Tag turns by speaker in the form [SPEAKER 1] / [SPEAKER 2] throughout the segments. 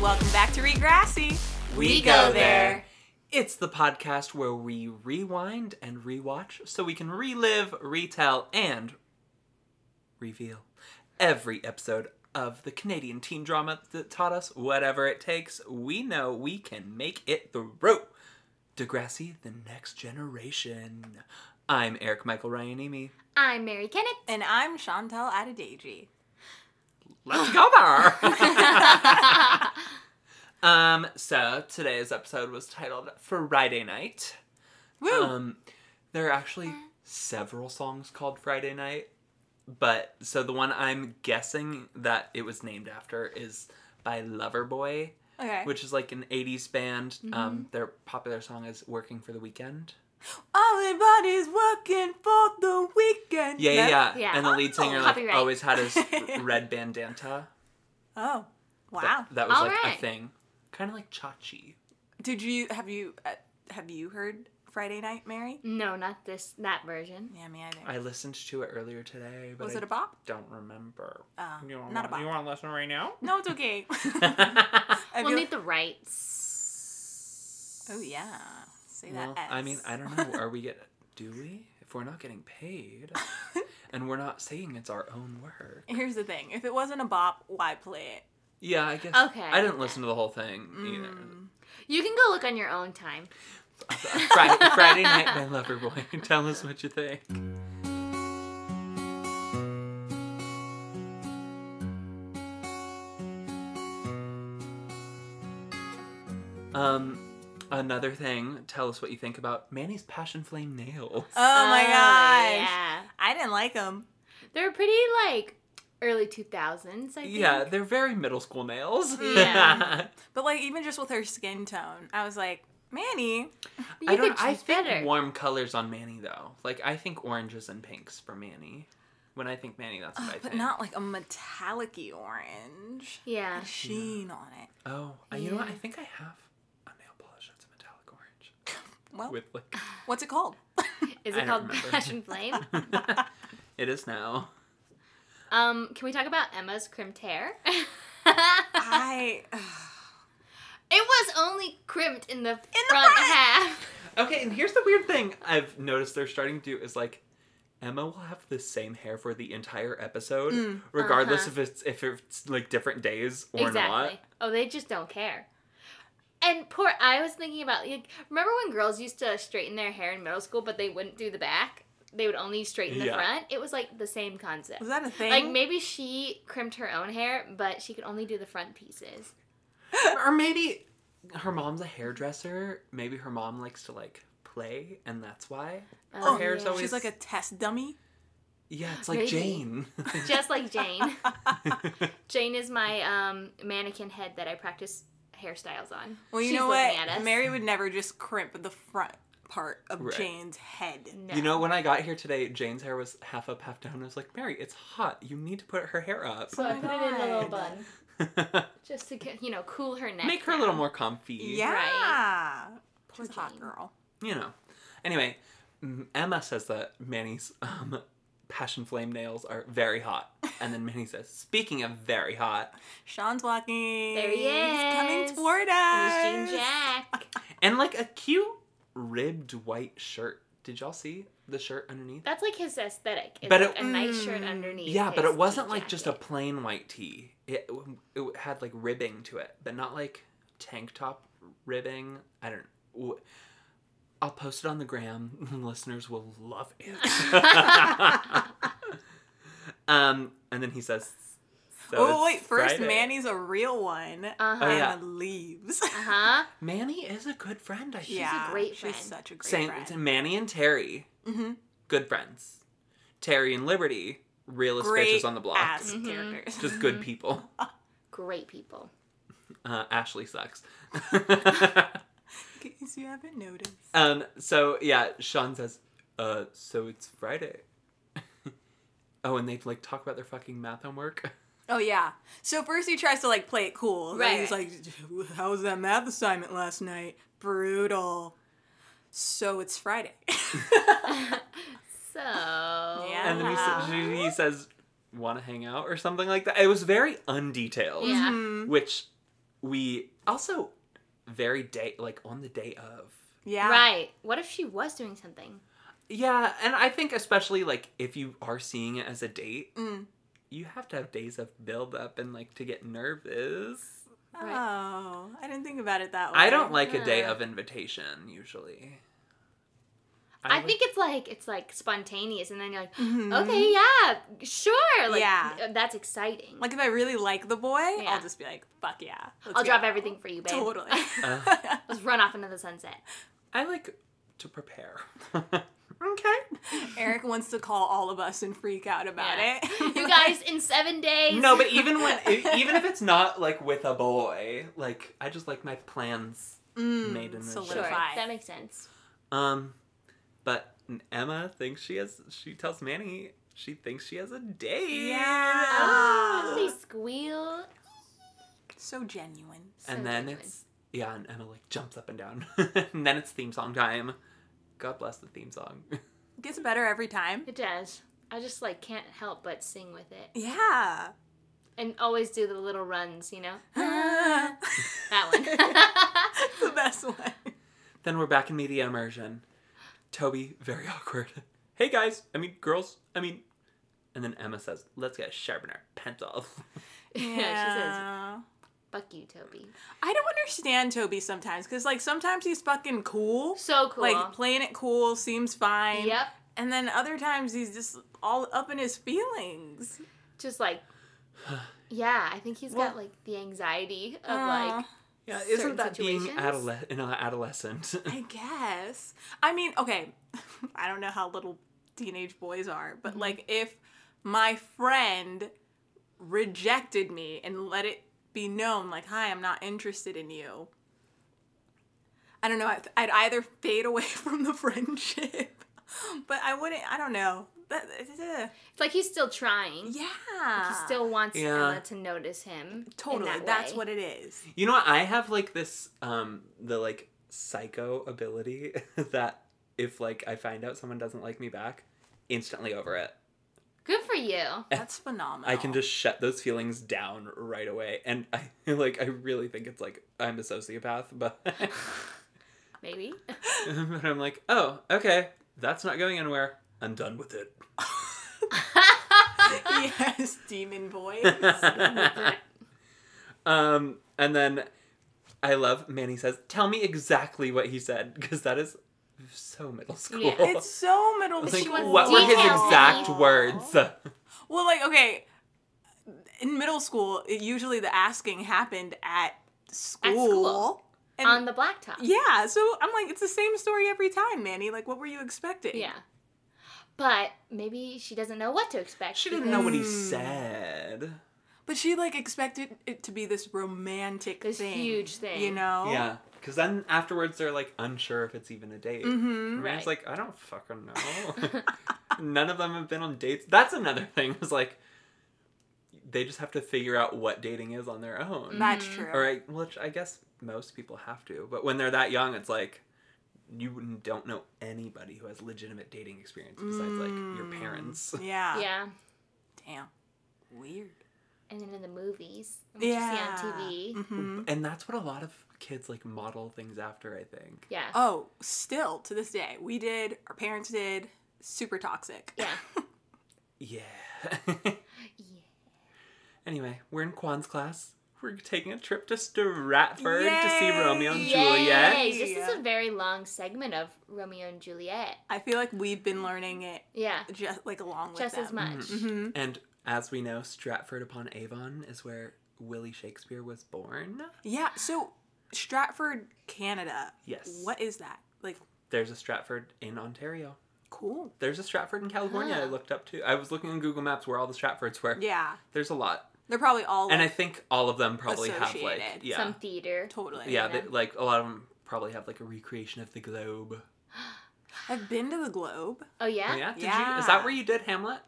[SPEAKER 1] Welcome back to Regrassy.
[SPEAKER 2] We go there.
[SPEAKER 3] It's the podcast where we rewind and rewatch so we can relive, retell, and reveal every episode of the Canadian teen drama that taught us whatever it takes. We know we can make it through. Degrassi, the next generation. I'm Eric Michael Ryan Amy.
[SPEAKER 2] I'm Mary Kennett.
[SPEAKER 1] And I'm Chantel Adadeji.
[SPEAKER 3] Let's go there. um, so today's episode was titled Friday Night.
[SPEAKER 1] Woo!
[SPEAKER 3] Um, there are actually several songs called Friday Night, but so the one I'm guessing that it was named after is by Loverboy,
[SPEAKER 1] okay. Mm-hmm.
[SPEAKER 3] which is like an 80s band. Um, their popular song is Working for the Weekend.
[SPEAKER 1] Everybody's working for the weekend.
[SPEAKER 3] Yeah, yeah,
[SPEAKER 1] No?
[SPEAKER 3] yeah.
[SPEAKER 2] Yeah.
[SPEAKER 3] And the lead singer like
[SPEAKER 2] Copyright.
[SPEAKER 3] always had his red bandanta.
[SPEAKER 1] Oh, wow.
[SPEAKER 3] That, that was
[SPEAKER 2] All
[SPEAKER 3] like
[SPEAKER 2] right.
[SPEAKER 3] a thing. Kind of like Chachi.
[SPEAKER 1] Did you have you uh, have you heard Friday Night Mary?
[SPEAKER 2] No, not this that version.
[SPEAKER 1] Yeah, me either.
[SPEAKER 3] I listened to it earlier today, but
[SPEAKER 1] was
[SPEAKER 3] I
[SPEAKER 1] it a bop?
[SPEAKER 3] don't remember.
[SPEAKER 1] Uh,
[SPEAKER 3] you wanna-
[SPEAKER 1] not a bop.
[SPEAKER 3] You want to listen right now?
[SPEAKER 1] No, it's okay. I
[SPEAKER 2] We'll
[SPEAKER 1] feel-
[SPEAKER 2] need the rights.
[SPEAKER 1] oh yeah. Say that.
[SPEAKER 3] well, I mean,
[SPEAKER 1] S.
[SPEAKER 3] I don't know. Are we get? Do we? If we're not getting paid, and we're not saying it's our own work.
[SPEAKER 1] Here's the thing: if it wasn't a bop, why play it?
[SPEAKER 3] Yeah, I guess.
[SPEAKER 2] Okay.
[SPEAKER 3] I didn't listen to the whole thing
[SPEAKER 2] You can go look on your own time.
[SPEAKER 3] either. Friday, Friday night by Loverboy. Tell us what you think. Um, another thing. Tell us what you think about Manny's passion flame nails.
[SPEAKER 1] Oh my gosh!
[SPEAKER 2] Uh, Yeah.
[SPEAKER 1] I didn't like them.
[SPEAKER 2] They're pretty like early 2000s, I think.
[SPEAKER 3] Yeah, they're very middle school nails.
[SPEAKER 2] Yeah.
[SPEAKER 1] But like even just with her skin tone, I was like, Manny,
[SPEAKER 2] You
[SPEAKER 3] I don't.
[SPEAKER 2] could
[SPEAKER 3] I
[SPEAKER 2] choose
[SPEAKER 3] think
[SPEAKER 2] better.
[SPEAKER 3] warm colors on Manny though. Like I think oranges and pinks for Manny. When I think Manny, that's what I
[SPEAKER 1] but
[SPEAKER 3] think.
[SPEAKER 1] not like a metallic-y orange.
[SPEAKER 2] Yeah.
[SPEAKER 1] A sheen on it.
[SPEAKER 3] oh, I- you know what? I
[SPEAKER 2] Yeah.
[SPEAKER 3] think I have a nail polish that's a metallic orange
[SPEAKER 1] Well,
[SPEAKER 3] with like.
[SPEAKER 1] what's it called?
[SPEAKER 2] Is
[SPEAKER 3] I don't
[SPEAKER 2] it called
[SPEAKER 3] remember.
[SPEAKER 2] Passion Flame?
[SPEAKER 3] it is now.
[SPEAKER 2] um, can we talk about Emma's crimped hair? it
[SPEAKER 1] I
[SPEAKER 2] was only crimped in the in
[SPEAKER 1] the
[SPEAKER 2] front
[SPEAKER 1] front!
[SPEAKER 2] half.
[SPEAKER 3] Okay, and here's the weird thing I've noticed they're starting to do is like. Emma will have the same hair for the entire episode, regardless
[SPEAKER 2] uh-huh.
[SPEAKER 3] if it's if it's like different days or not.
[SPEAKER 2] Oh, they just don't care. And poor, I was thinking about like, remember when girls used to straighten their hair in middle school, but they wouldn't do the back; they would only straighten the
[SPEAKER 3] Yeah.
[SPEAKER 2] front. It was like the same concept.
[SPEAKER 1] was that a thing?
[SPEAKER 2] like maybe she crimped her own hair, but she could only do the front pieces.
[SPEAKER 3] or maybe her mom's a hairdresser. Maybe her mom likes to like play, and that's why her
[SPEAKER 2] Oh,
[SPEAKER 3] hair's
[SPEAKER 2] yeah.
[SPEAKER 3] always.
[SPEAKER 1] she's like a test dummy.
[SPEAKER 3] yeah, it's like
[SPEAKER 2] Maybe.
[SPEAKER 3] Jane.
[SPEAKER 2] Just like Jane. Jane is my um, mannequin head that I practice hairstyles on.
[SPEAKER 1] Well, you
[SPEAKER 2] She's
[SPEAKER 1] know
[SPEAKER 2] looking at
[SPEAKER 1] what?
[SPEAKER 2] us.
[SPEAKER 1] Mary would never just crimp the front part of
[SPEAKER 3] Right.
[SPEAKER 1] Jane's head.
[SPEAKER 2] No.
[SPEAKER 3] You know, when I got here today, Jane's hair was half up, half down. I was like, Mary, it's hot. You need to put her hair up.
[SPEAKER 2] So I put it in a little
[SPEAKER 1] Oh God.
[SPEAKER 2] bun just to get- you know cool her neck.
[SPEAKER 3] Make her a
[SPEAKER 2] down.
[SPEAKER 3] little more comfy.
[SPEAKER 1] Yeah. Poor
[SPEAKER 2] Poor
[SPEAKER 1] hot
[SPEAKER 2] Jane.
[SPEAKER 1] girl.
[SPEAKER 3] You know. Anyway, m- Emma says that Manny's um, passion flame nails are very hot. And then Manny says, speaking of very hot,
[SPEAKER 1] Sean's walking.
[SPEAKER 2] There he is.
[SPEAKER 1] He's coming toward us.
[SPEAKER 2] And it's Jean Jack.
[SPEAKER 3] and like a cute ribbed white shirt. Did y'all see the shirt underneath?
[SPEAKER 2] That's like his aesthetic. It's
[SPEAKER 3] But
[SPEAKER 2] like
[SPEAKER 3] it-
[SPEAKER 2] a nice
[SPEAKER 1] Mm.
[SPEAKER 2] shirt underneath.
[SPEAKER 3] Yeah, but
[SPEAKER 2] his
[SPEAKER 3] it wasn't
[SPEAKER 2] jean
[SPEAKER 3] like just a
[SPEAKER 2] jacket.
[SPEAKER 3] plain white tee. It it had like ribbing to it, but not like tank top ribbing. I don't. w- I'll post it on the gram. Listeners will love it. um, and then he says, so
[SPEAKER 1] oh
[SPEAKER 3] it's
[SPEAKER 1] wait, first
[SPEAKER 3] Friday.
[SPEAKER 1] Manny's a real one.
[SPEAKER 2] Uh-huh.
[SPEAKER 3] Oh,
[SPEAKER 1] Emma
[SPEAKER 3] yeah.
[SPEAKER 1] leaves.
[SPEAKER 2] Uh-huh.
[SPEAKER 3] Manny is a good friend. I think.
[SPEAKER 1] yeah,
[SPEAKER 2] great
[SPEAKER 1] She's
[SPEAKER 2] friend.
[SPEAKER 1] such a great
[SPEAKER 3] Same.
[SPEAKER 1] friend.
[SPEAKER 3] Manny and Terry,
[SPEAKER 1] Mhm.
[SPEAKER 3] good friends. Terry and Liberty, realest
[SPEAKER 1] Great
[SPEAKER 3] bitches on the block.
[SPEAKER 1] ass
[SPEAKER 2] Mhm.
[SPEAKER 1] characters.
[SPEAKER 3] Just good people.
[SPEAKER 2] Great people.
[SPEAKER 3] Uh, Ashley sucks.
[SPEAKER 1] In case you haven't noticed.
[SPEAKER 3] um, so yeah, Sean says, uh, so it's Friday. oh, and they like talk about their fucking math homework.
[SPEAKER 1] Oh yeah. So first he tries to like play it cool. Like,
[SPEAKER 2] Right,
[SPEAKER 1] He's like, "How was that math assignment last night? Brutal." So it's Friday.
[SPEAKER 2] So.
[SPEAKER 3] And then he, sa- she- he says, want to hang out or something like that. It was very undetailed,
[SPEAKER 2] Yeah.
[SPEAKER 1] Mhm.
[SPEAKER 3] which we also very day like on the day of.
[SPEAKER 1] Yeah.
[SPEAKER 2] Right. What if she was doing something?
[SPEAKER 3] Yeah, and I think especially like if you are seeing it as a date,
[SPEAKER 1] Mm.
[SPEAKER 3] you have to have days of build up and like to get nervous.
[SPEAKER 1] Oh, I didn't think about it that way.
[SPEAKER 3] I don't like a day
[SPEAKER 2] Yeah.
[SPEAKER 3] of invitation usually.
[SPEAKER 2] I,
[SPEAKER 3] would-
[SPEAKER 2] think it's like it's like spontaneous, and then you're like,
[SPEAKER 3] Mm-hmm.
[SPEAKER 1] Mhm.
[SPEAKER 2] okay, yeah, sure, like
[SPEAKER 1] Yeah.
[SPEAKER 2] th- that's exciting.
[SPEAKER 1] Like if I really like the boy,
[SPEAKER 2] Yeah.
[SPEAKER 1] I'll just be like, "Fuck yeah!" let's
[SPEAKER 2] I'll
[SPEAKER 1] go.
[SPEAKER 2] drop everything for you, babe.
[SPEAKER 1] Totally.
[SPEAKER 3] Uh.
[SPEAKER 2] Let's run off into the sunset.
[SPEAKER 3] I like to prepare. okay.
[SPEAKER 1] Eric wants to call all of us and freak out about
[SPEAKER 2] Yeah.
[SPEAKER 1] it.
[SPEAKER 2] You guys, in seven days.
[SPEAKER 3] No, but even when e- even if it's not like with a boy, like I just like my plans.
[SPEAKER 1] Mm,
[SPEAKER 3] Made in the
[SPEAKER 2] sure,
[SPEAKER 1] solidify.
[SPEAKER 2] that makes sense.
[SPEAKER 3] Um but Emma thinks she has she tells Manny she thinks she has a date.
[SPEAKER 1] Yeah.
[SPEAKER 2] Oh,
[SPEAKER 1] Ah.
[SPEAKER 2] they squeal.
[SPEAKER 1] So genuine.
[SPEAKER 2] So
[SPEAKER 3] and then
[SPEAKER 2] genuine.
[SPEAKER 3] it's yeah, and Emma like jumps up and down. and then it's theme song time. God bless the theme song.
[SPEAKER 1] Gets better every time.
[SPEAKER 2] It does. I just like can't help but sing with it,
[SPEAKER 1] Yeah.
[SPEAKER 2] and always do the little runs. You know
[SPEAKER 1] Ah.
[SPEAKER 2] that one.
[SPEAKER 1] It's the best one.
[SPEAKER 3] then we're back in media immersion. Toby, very awkward. hey guys, I mean girls, I mean and then Emma says, Let's get sharpen our pencils.
[SPEAKER 2] yeah, she says, "Fuck you, Toby."
[SPEAKER 1] I don't understand Toby sometimes because like sometimes he's fucking cool.
[SPEAKER 2] So cool.
[SPEAKER 1] Like playing it cool seems fine.
[SPEAKER 2] yep.
[SPEAKER 1] And then other times he's just all up in his feelings.
[SPEAKER 2] Just like. Yeah, I think he's got
[SPEAKER 3] Well-
[SPEAKER 2] like the anxiety of
[SPEAKER 1] Aw.
[SPEAKER 2] like
[SPEAKER 3] Yeah,
[SPEAKER 2] certain
[SPEAKER 3] isn't that being
[SPEAKER 2] situations?
[SPEAKER 3] adole- an adolescent?
[SPEAKER 1] I guess. I mean, okay, I don't know how little teenage boys are, but like if my friend rejected me and let it be known, like, hi, I'm not interested in you, I don't know, I'd, I'd either fade away from the friendship, but I wouldn't, I don't know. That, uh,
[SPEAKER 2] it's like he's still trying.
[SPEAKER 1] yeah.
[SPEAKER 2] He still wants
[SPEAKER 3] Yeah.
[SPEAKER 2] Emma to notice him.
[SPEAKER 1] Totally. That's what it is.
[SPEAKER 3] you know what? I have like this, um, the like psycho ability that if like I find out someone doesn't like me back, instantly over it.
[SPEAKER 2] Good for you.
[SPEAKER 1] That's phenomenal.
[SPEAKER 3] I can just shut those feelings down right away. And I like, I really think it's like I'm a sociopath, but,
[SPEAKER 2] Maybe.
[SPEAKER 3] but I'm like, oh, okay, that's not going anywhere. I'm done with it.
[SPEAKER 1] yes, demon voice.
[SPEAKER 3] um, and then I love Manny says, "Tell me exactly what he said," because that is so middle school.
[SPEAKER 2] Yeah.
[SPEAKER 1] it's so middle
[SPEAKER 3] It's
[SPEAKER 1] school.
[SPEAKER 3] like,
[SPEAKER 2] she wants
[SPEAKER 3] what were his
[SPEAKER 2] details.
[SPEAKER 3] exact words?
[SPEAKER 1] Well, like okay, in middle school, it, usually the asking happened at school.
[SPEAKER 2] school.
[SPEAKER 1] And
[SPEAKER 2] On the blacktop.
[SPEAKER 1] yeah, so I'm like, it's the same story every time, Manny. Like, what were you expecting?
[SPEAKER 2] Yeah. But maybe she doesn't know what to expect.
[SPEAKER 3] She didn't know what he said.
[SPEAKER 1] But she like expected it to be this romantic
[SPEAKER 2] This
[SPEAKER 1] thing,
[SPEAKER 2] huge thing.
[SPEAKER 1] you know?
[SPEAKER 3] Yeah, because then afterwards they're like unsure if it's even a date.
[SPEAKER 1] Mm-hmm.
[SPEAKER 3] And Manny's
[SPEAKER 2] Right.
[SPEAKER 3] like, I don't fucking know. None of them have been on dates. That's another thing. Is like, they just have to figure out what dating is on their own.
[SPEAKER 1] That's
[SPEAKER 2] Mm-hmm.
[SPEAKER 1] true.
[SPEAKER 3] All right, which I guess most people have to, but when they're that young, it's like you don't know anybody who has legitimate dating experience besides like your parents.
[SPEAKER 1] Mm. Yeah.
[SPEAKER 2] Yeah.
[SPEAKER 1] Damn. Weird.
[SPEAKER 2] And then in the movies. What you
[SPEAKER 1] yeah.
[SPEAKER 2] see on TV.
[SPEAKER 1] hmm
[SPEAKER 3] And that's what a lot of kids like model things after, I think.
[SPEAKER 2] Yeah.
[SPEAKER 1] Oh, still to this day, we did. Our parents did. Super toxic.
[SPEAKER 2] Yeah.
[SPEAKER 3] Yeah.
[SPEAKER 2] yeah.
[SPEAKER 3] anyway, we're in Quan's class. We're taking a trip to Stratford to see
[SPEAKER 1] Yay!
[SPEAKER 3] Romeo and Juliet.
[SPEAKER 2] Yay! This is a very long segment of Romeo and Juliet.
[SPEAKER 1] I feel like we've been learning it
[SPEAKER 2] Yeah.
[SPEAKER 1] just like along with
[SPEAKER 2] Just
[SPEAKER 1] them.
[SPEAKER 2] as much.
[SPEAKER 1] hmm
[SPEAKER 3] And as we know, Stratford upon Avon is where Willie Shakespeare was born.
[SPEAKER 1] Yeah, so Stratford, Canada.
[SPEAKER 3] Yes.
[SPEAKER 1] What is that? Like,
[SPEAKER 3] There's a Stratford in Ontario.
[SPEAKER 1] cool.
[SPEAKER 3] There's a Stratford in California I
[SPEAKER 2] Huh.
[SPEAKER 3] looked up too. I was looking on Google Maps where all the Stratfords were.
[SPEAKER 1] Ah. Yeah,
[SPEAKER 3] There's a lot.
[SPEAKER 1] they're probably all.
[SPEAKER 3] And I
[SPEAKER 1] like,
[SPEAKER 3] think all of them probably have like
[SPEAKER 1] Associated.
[SPEAKER 3] yeah.
[SPEAKER 2] Some theater.
[SPEAKER 1] totally.
[SPEAKER 3] yeah,
[SPEAKER 2] you know.
[SPEAKER 3] they- like a lot of them probably have like a recreation of the globe.
[SPEAKER 1] I've been to the Globe.
[SPEAKER 2] Oh yeah?
[SPEAKER 3] Oh, yeah? Did you Is
[SPEAKER 1] Yeah.
[SPEAKER 3] that where you did Hamlet?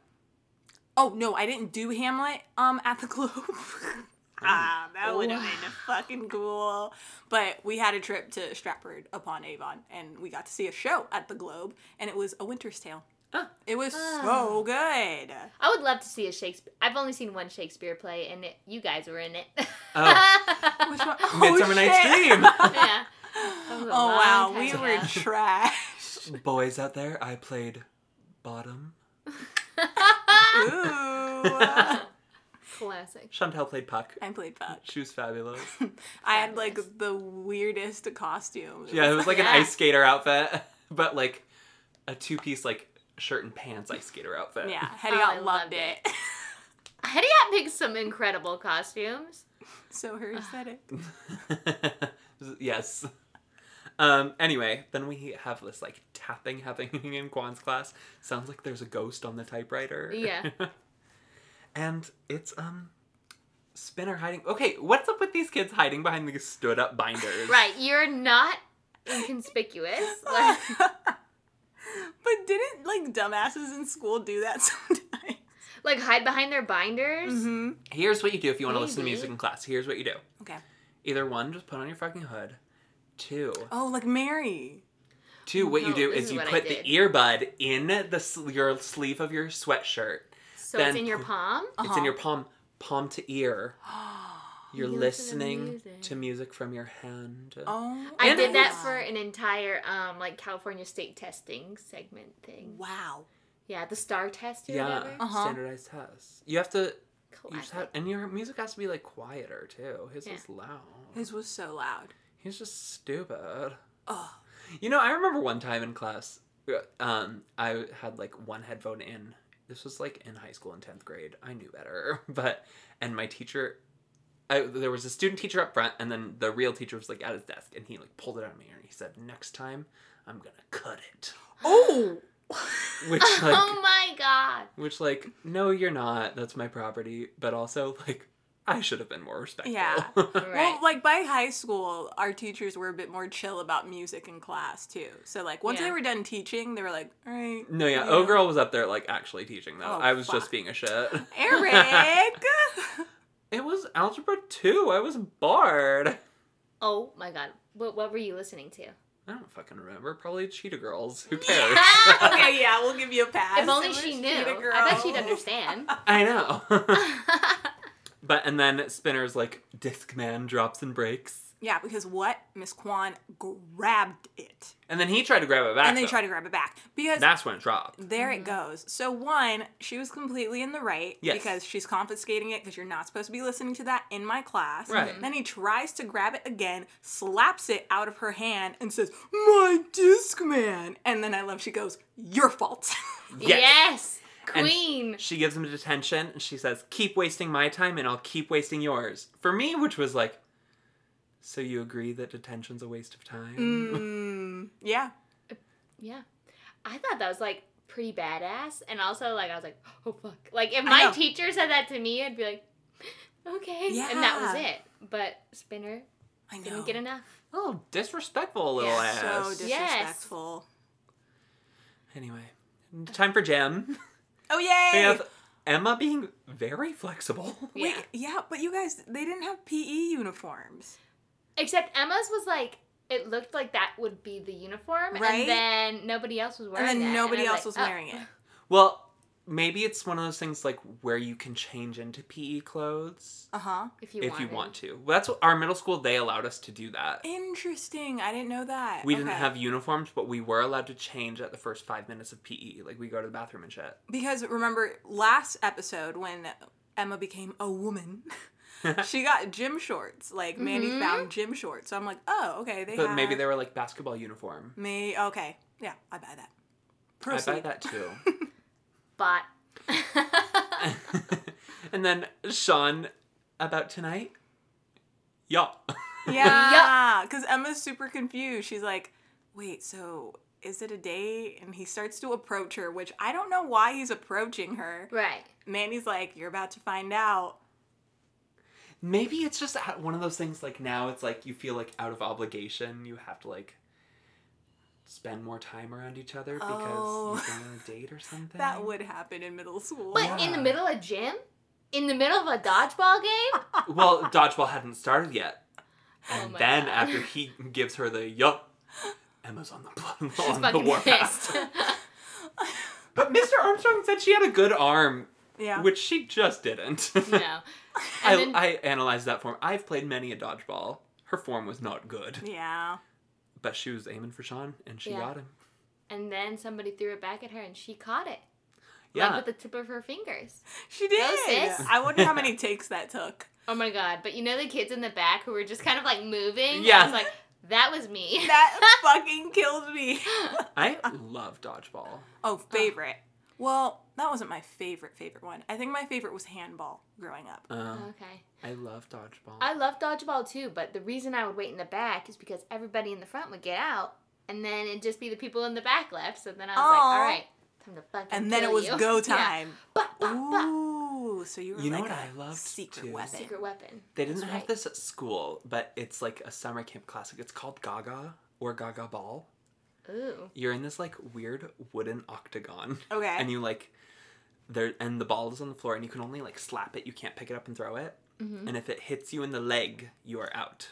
[SPEAKER 1] Oh no, I didn't do Hamlet. Um, at the Globe. ah, that would have been
[SPEAKER 3] Oh.
[SPEAKER 1] fucking cool. But we had a trip to Stratford upon Avon, and we got to see a show at the Globe, and it was A Winter's Tale.
[SPEAKER 2] Oh.
[SPEAKER 1] It was so
[SPEAKER 2] Ah.
[SPEAKER 1] good.
[SPEAKER 2] I would love to see a Shakespeare. I've only seen one Shakespeare play, and it, you guys were in it.
[SPEAKER 3] Oh.
[SPEAKER 1] Which one? Oh,
[SPEAKER 3] Midsummer Night's
[SPEAKER 1] shit.
[SPEAKER 3] Dream.
[SPEAKER 2] yeah.
[SPEAKER 1] Oh,
[SPEAKER 2] That was a long
[SPEAKER 1] wow,
[SPEAKER 2] time
[SPEAKER 1] we
[SPEAKER 2] ago.
[SPEAKER 1] were trash.
[SPEAKER 3] Boys out there, I played bottom.
[SPEAKER 1] Ooh.
[SPEAKER 2] Classic.
[SPEAKER 3] Chantel played puck.
[SPEAKER 1] I played fudge.
[SPEAKER 3] She was fabulous.
[SPEAKER 1] I had like the weirdest costume.
[SPEAKER 3] Yeah, it was like an
[SPEAKER 2] Yeah.
[SPEAKER 3] ice skater outfit, but like a two piece like shirt and pants ice skater outfit.
[SPEAKER 1] yeah, Hetty
[SPEAKER 2] Oh,
[SPEAKER 1] Ott
[SPEAKER 2] I
[SPEAKER 1] loved,
[SPEAKER 2] loved
[SPEAKER 1] it.
[SPEAKER 2] it. Hediat picked some incredible costumes.
[SPEAKER 1] so her aesthetic.
[SPEAKER 3] yes. Um, anyway, then we have this like tapping happening in Quan's class. Sounds like there's a ghost on the typewriter.
[SPEAKER 2] Yeah.
[SPEAKER 3] and it's um Spinner hiding. Okay, what's up with these kids hiding behind these stood up binders?
[SPEAKER 2] Right, you're not inconspicuous. Like,
[SPEAKER 1] but didn't like dumbasses in school do that sometimes?
[SPEAKER 2] like hide behind their binders.
[SPEAKER 1] Mm-hmm.
[SPEAKER 3] Here's what you do if you want to listen to
[SPEAKER 2] Maybe.
[SPEAKER 3] music in class. Here's what you do.
[SPEAKER 1] Okay.
[SPEAKER 3] Either one, just put on your fucking hood. Two.
[SPEAKER 1] Oh, like Mary.
[SPEAKER 3] Two, what you
[SPEAKER 2] No,
[SPEAKER 3] do
[SPEAKER 2] this
[SPEAKER 3] is
[SPEAKER 2] is
[SPEAKER 3] you
[SPEAKER 2] what I
[SPEAKER 3] put the
[SPEAKER 2] did.
[SPEAKER 3] earbud in the sl- your sleeve of your sweatshirt.
[SPEAKER 2] So
[SPEAKER 3] Then
[SPEAKER 2] it's in your
[SPEAKER 3] put-
[SPEAKER 2] palm.
[SPEAKER 3] It's in
[SPEAKER 1] Uh-huh.
[SPEAKER 3] your palm, palm to ear. You're
[SPEAKER 2] You listen to
[SPEAKER 3] listening
[SPEAKER 2] music.
[SPEAKER 3] to music from your hand.
[SPEAKER 1] Oh,
[SPEAKER 2] I
[SPEAKER 3] And
[SPEAKER 2] did that
[SPEAKER 1] wow.
[SPEAKER 2] for an entire um like California state testing segment thing.
[SPEAKER 1] Wow.
[SPEAKER 2] Yeah, the star test or
[SPEAKER 3] yeah,
[SPEAKER 2] whatever.
[SPEAKER 1] Uh-huh.
[SPEAKER 3] standardized tests. You have to, you just
[SPEAKER 2] Classic.
[SPEAKER 3] have, and your music has to be like quieter too. His
[SPEAKER 2] Yeah.
[SPEAKER 3] is loud.
[SPEAKER 1] His was so loud.
[SPEAKER 3] He's just stupid.
[SPEAKER 1] Oh,
[SPEAKER 3] You know, I remember one time in class, um, I had like one headphone in. This was like in high school in tenth grade. I knew better, but and my teacher, I, there was a student teacher up front, and then the real teacher was like at his desk, and he like pulled it out of me, and he said, "Next time, I'm gonna cut it."
[SPEAKER 1] oh,
[SPEAKER 3] Which like,
[SPEAKER 2] oh my god.
[SPEAKER 3] which like, no, you're not. That's my property. But also like, I should have been more respectful.
[SPEAKER 1] Yeah.
[SPEAKER 2] Right.
[SPEAKER 1] Well, like by high school, our teachers were a bit more chill about music in class too. So like once they
[SPEAKER 2] Yeah.
[SPEAKER 1] were done teaching, they were like, "All right,
[SPEAKER 3] no, yeah.
[SPEAKER 1] you
[SPEAKER 3] Oh,
[SPEAKER 1] know,
[SPEAKER 3] girl was up there like actually teaching though.
[SPEAKER 1] Oh,
[SPEAKER 3] I was
[SPEAKER 1] fuck.
[SPEAKER 3] just being a shit.
[SPEAKER 1] Eric."
[SPEAKER 3] It was algebra two. I was bored.
[SPEAKER 2] oh my god. What what were you listening to?
[SPEAKER 3] I don't fucking remember. Probably Cheetah Girls. Who cares?
[SPEAKER 2] if
[SPEAKER 1] okay, yeah, we'll give you a pass.
[SPEAKER 2] only
[SPEAKER 1] It was
[SPEAKER 2] she knew.
[SPEAKER 1] Cheetah
[SPEAKER 2] I bet she'd
[SPEAKER 1] Girls.
[SPEAKER 2] understand.
[SPEAKER 3] I know. but and then Spinner's like Discman drops and breaks,
[SPEAKER 1] Yeah, because what Miss Kwan grabbed it
[SPEAKER 3] and then he tried to grab it back.
[SPEAKER 1] and then
[SPEAKER 3] though.
[SPEAKER 1] tried to grab it back because
[SPEAKER 3] That's when it dropped.
[SPEAKER 1] There
[SPEAKER 2] Mm-hmm.
[SPEAKER 1] it goes. So one, she was completely in the right
[SPEAKER 3] Yes.
[SPEAKER 1] because she's confiscating it because you're not supposed to be listening to that in my class.
[SPEAKER 2] Mm-hmm.
[SPEAKER 3] Right.
[SPEAKER 1] Then he tries to grab it again, slaps it out of her hand, and says, "My disc man." And then I love she goes, "Your fault."
[SPEAKER 2] yes.
[SPEAKER 3] And
[SPEAKER 2] Queen.
[SPEAKER 3] She gives him a detention, and she says, "Keep wasting my time, and I'll keep wasting yours." For me, which was like, so you agree that detention's a waste of time?
[SPEAKER 1] mm, yeah.
[SPEAKER 2] Yeah. I thought that was like pretty badass. And also like I was like, oh fuck. Like if
[SPEAKER 1] I
[SPEAKER 2] my
[SPEAKER 1] know.
[SPEAKER 2] teacher said that to me, I'd be like, okay. And that was
[SPEAKER 1] Yeah.
[SPEAKER 2] it. But Spinner
[SPEAKER 1] I know.
[SPEAKER 2] didn't get enough.
[SPEAKER 3] Oh, disrespectful little
[SPEAKER 2] Yeah,
[SPEAKER 1] so
[SPEAKER 3] ass.
[SPEAKER 2] dis- Yes.
[SPEAKER 1] disrespectful.
[SPEAKER 3] anyway, time for Gem.
[SPEAKER 1] Oh yay!
[SPEAKER 3] We have Emma being very flexible.
[SPEAKER 1] Wait,
[SPEAKER 2] Yeah.
[SPEAKER 1] yeah, but you guys, they didn't have PE uniforms.
[SPEAKER 2] Except Emma's was like it looked like that would be the uniform,
[SPEAKER 1] Right?
[SPEAKER 2] and then nobody else was "Oh, wearing
[SPEAKER 1] And "Oh."
[SPEAKER 2] it.
[SPEAKER 1] then nobody else was wearing it.
[SPEAKER 3] Well, maybe it's one of those things like where you can change into PE clothes
[SPEAKER 1] Uh huh.
[SPEAKER 2] If you,
[SPEAKER 3] if you
[SPEAKER 2] wanted.
[SPEAKER 3] want to. That's what our middle school, they allowed us to do that.
[SPEAKER 1] Interesting. I didn't know that.
[SPEAKER 3] We didn't
[SPEAKER 1] Okay.
[SPEAKER 3] have uniforms, but we were allowed to change at the first five minutes of PE. Like we go to the bathroom and shit.
[SPEAKER 1] Because remember last episode when Emma became a woman, she got gym shorts. Like Mandy
[SPEAKER 2] Mhm.
[SPEAKER 1] found gym shorts. So I'm like, oh, okay, they
[SPEAKER 3] But
[SPEAKER 1] have
[SPEAKER 3] maybe they were like basketball uniform.
[SPEAKER 1] may okay. Yeah, I buy that. Proceed.
[SPEAKER 3] I buy that too.
[SPEAKER 2] But
[SPEAKER 3] and then Sean about tonight. Yeah.
[SPEAKER 1] Yeah. Because Emma's super confused. She's like, wait, so is it a date? And he starts to approach her, which I don't know why he's approaching her.
[SPEAKER 2] right.
[SPEAKER 1] Mandy's like, You're about to find out.
[SPEAKER 3] Maybe it's just at- one of those things like now it's like you feel like out of obligation. You have to like spend more time around each other because
[SPEAKER 1] Oh.
[SPEAKER 3] you're going on a date or something.
[SPEAKER 1] That would happen in middle school.
[SPEAKER 2] But in the middle of gym? In the middle of a dodgeball game?
[SPEAKER 3] Well, dodgeball hadn't started yet.
[SPEAKER 2] Oh
[SPEAKER 3] And
[SPEAKER 2] my
[SPEAKER 3] then
[SPEAKER 2] God.
[SPEAKER 3] after he gives her the yup, Emma's on the blood
[SPEAKER 2] She's
[SPEAKER 3] on the
[SPEAKER 2] fucking
[SPEAKER 3] warpath.
[SPEAKER 2] pissed.
[SPEAKER 3] But Mr. Armstrong said she had a good arm,
[SPEAKER 1] Yeah.
[SPEAKER 3] which she just didn't.
[SPEAKER 2] No.
[SPEAKER 3] I,
[SPEAKER 2] And then-
[SPEAKER 3] I analyzed that form. I've played many a dodgeball. Her form was not good,
[SPEAKER 1] yeah.
[SPEAKER 3] but she was aiming for Sean, and she
[SPEAKER 2] Yeah.
[SPEAKER 3] got him.
[SPEAKER 2] And then somebody threw it back at her and she caught it.
[SPEAKER 3] Yeah,
[SPEAKER 2] Like with the tip of her fingers.
[SPEAKER 1] She did.
[SPEAKER 2] sis.
[SPEAKER 1] I wonder how many takes that took.
[SPEAKER 2] Oh my god. But you know the kids in the back who were just kind of like moving?
[SPEAKER 3] Yeah.
[SPEAKER 2] I was like, that was me.
[SPEAKER 1] That fucking killed me.
[SPEAKER 3] I love dodgeball.
[SPEAKER 1] Oh, favorite. Well, that wasn't my favorite favorite one. I think my favorite was handball growing up.
[SPEAKER 3] Uh,
[SPEAKER 2] okay.
[SPEAKER 3] I love dodgeball.
[SPEAKER 2] I love dodgeball too, but the reason I would wait in the back is because everybody in the front would get out, and then it'd just be the people in the back left. So then I was
[SPEAKER 1] Aw.
[SPEAKER 2] like, all right, time to fucking.
[SPEAKER 1] And then it
[SPEAKER 2] kill
[SPEAKER 1] was
[SPEAKER 2] you."
[SPEAKER 1] go
[SPEAKER 2] Yeah.
[SPEAKER 1] time.
[SPEAKER 2] Bah, bah, bah.
[SPEAKER 1] Ooh, so you were
[SPEAKER 3] You know
[SPEAKER 1] like
[SPEAKER 3] what
[SPEAKER 1] a
[SPEAKER 3] I loved,
[SPEAKER 1] secret
[SPEAKER 3] too?
[SPEAKER 1] weapon.
[SPEAKER 2] Secret weapon.
[SPEAKER 3] they didn't
[SPEAKER 2] That's
[SPEAKER 3] have
[SPEAKER 2] right.
[SPEAKER 3] this at school, but it's like a summer camp classic. It's called Gaga or Gaga Ball.
[SPEAKER 2] Ooh.
[SPEAKER 3] You're in this like weird wooden octagon.
[SPEAKER 1] Okay.
[SPEAKER 3] And you like there and the ball is on the floor and you can only like slap it. You can't pick it up and throw it.
[SPEAKER 2] Mm-hmm.
[SPEAKER 3] And if it hits you in the leg, you are out.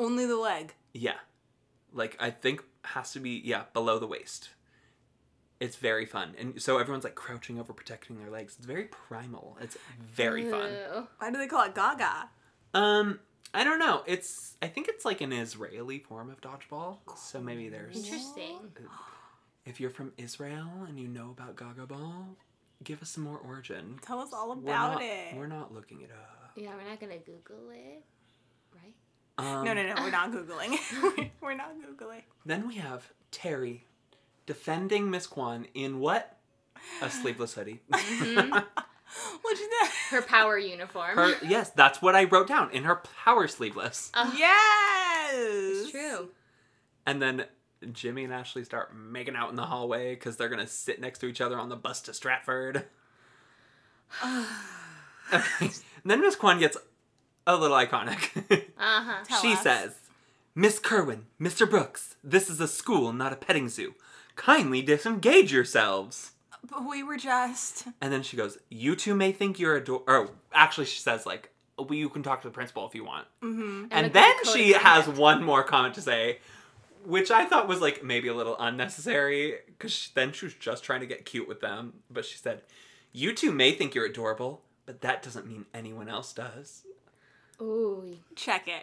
[SPEAKER 1] Only the leg.
[SPEAKER 3] Yeah. Like I think has to be yeah, below the waist. It's very fun. And so everyone's like crouching over protecting their legs. It's very primal. It's very fun.
[SPEAKER 2] Ooh.
[SPEAKER 1] Why do they call it Gaga?
[SPEAKER 3] Um I don't know. It's I think it's like an Israeli form of dodgeball. So maybe there's
[SPEAKER 2] Interesting.
[SPEAKER 3] if you're from Israel and you know about Gaga Ball, give us some more origin.
[SPEAKER 1] Tell us all
[SPEAKER 3] We're
[SPEAKER 1] about
[SPEAKER 3] not-
[SPEAKER 1] it.
[SPEAKER 3] We're not looking it up.
[SPEAKER 2] Yeah, we're not gonna Google it, right?
[SPEAKER 3] Um,
[SPEAKER 1] no, no, no. We're not googling. we're not googling.
[SPEAKER 3] Then we have Terry defending Miss Kwan in what? A sleeveless hoodie.
[SPEAKER 1] Mm-hmm. What you that?
[SPEAKER 2] Her power uniform.
[SPEAKER 3] her, yes, that's what I wrote down in her power sleeveless.
[SPEAKER 2] Ugh.
[SPEAKER 1] yes.
[SPEAKER 2] It's true.
[SPEAKER 3] And then Jimmy and Ashley start making out in the hallway because they're gonna sit next to each other on the bus to Stratford. Okay. Then Miss Kwan gets a little iconic.
[SPEAKER 2] Uh huh.
[SPEAKER 1] Tell
[SPEAKER 3] she
[SPEAKER 1] us.
[SPEAKER 3] says, Miss Kerwin, Mr. Brooks, this is a school, not a petting zoo. Kindly disengage yourselves.
[SPEAKER 1] But we were just.
[SPEAKER 3] And then she goes, You two may think you're adorable. Or actually, she says, like, well, you can talk to the principal if you want.
[SPEAKER 1] hmm
[SPEAKER 3] And,
[SPEAKER 2] look
[SPEAKER 3] then
[SPEAKER 2] at the code
[SPEAKER 3] she
[SPEAKER 2] of
[SPEAKER 3] has
[SPEAKER 2] conduct.
[SPEAKER 3] one more comment to say, which I thought was like maybe a little unnecessary because then she was just trying to get cute with them. But she said, You two may think you're adorable, but that doesn't mean anyone else does.
[SPEAKER 2] Ooh.
[SPEAKER 1] Check it.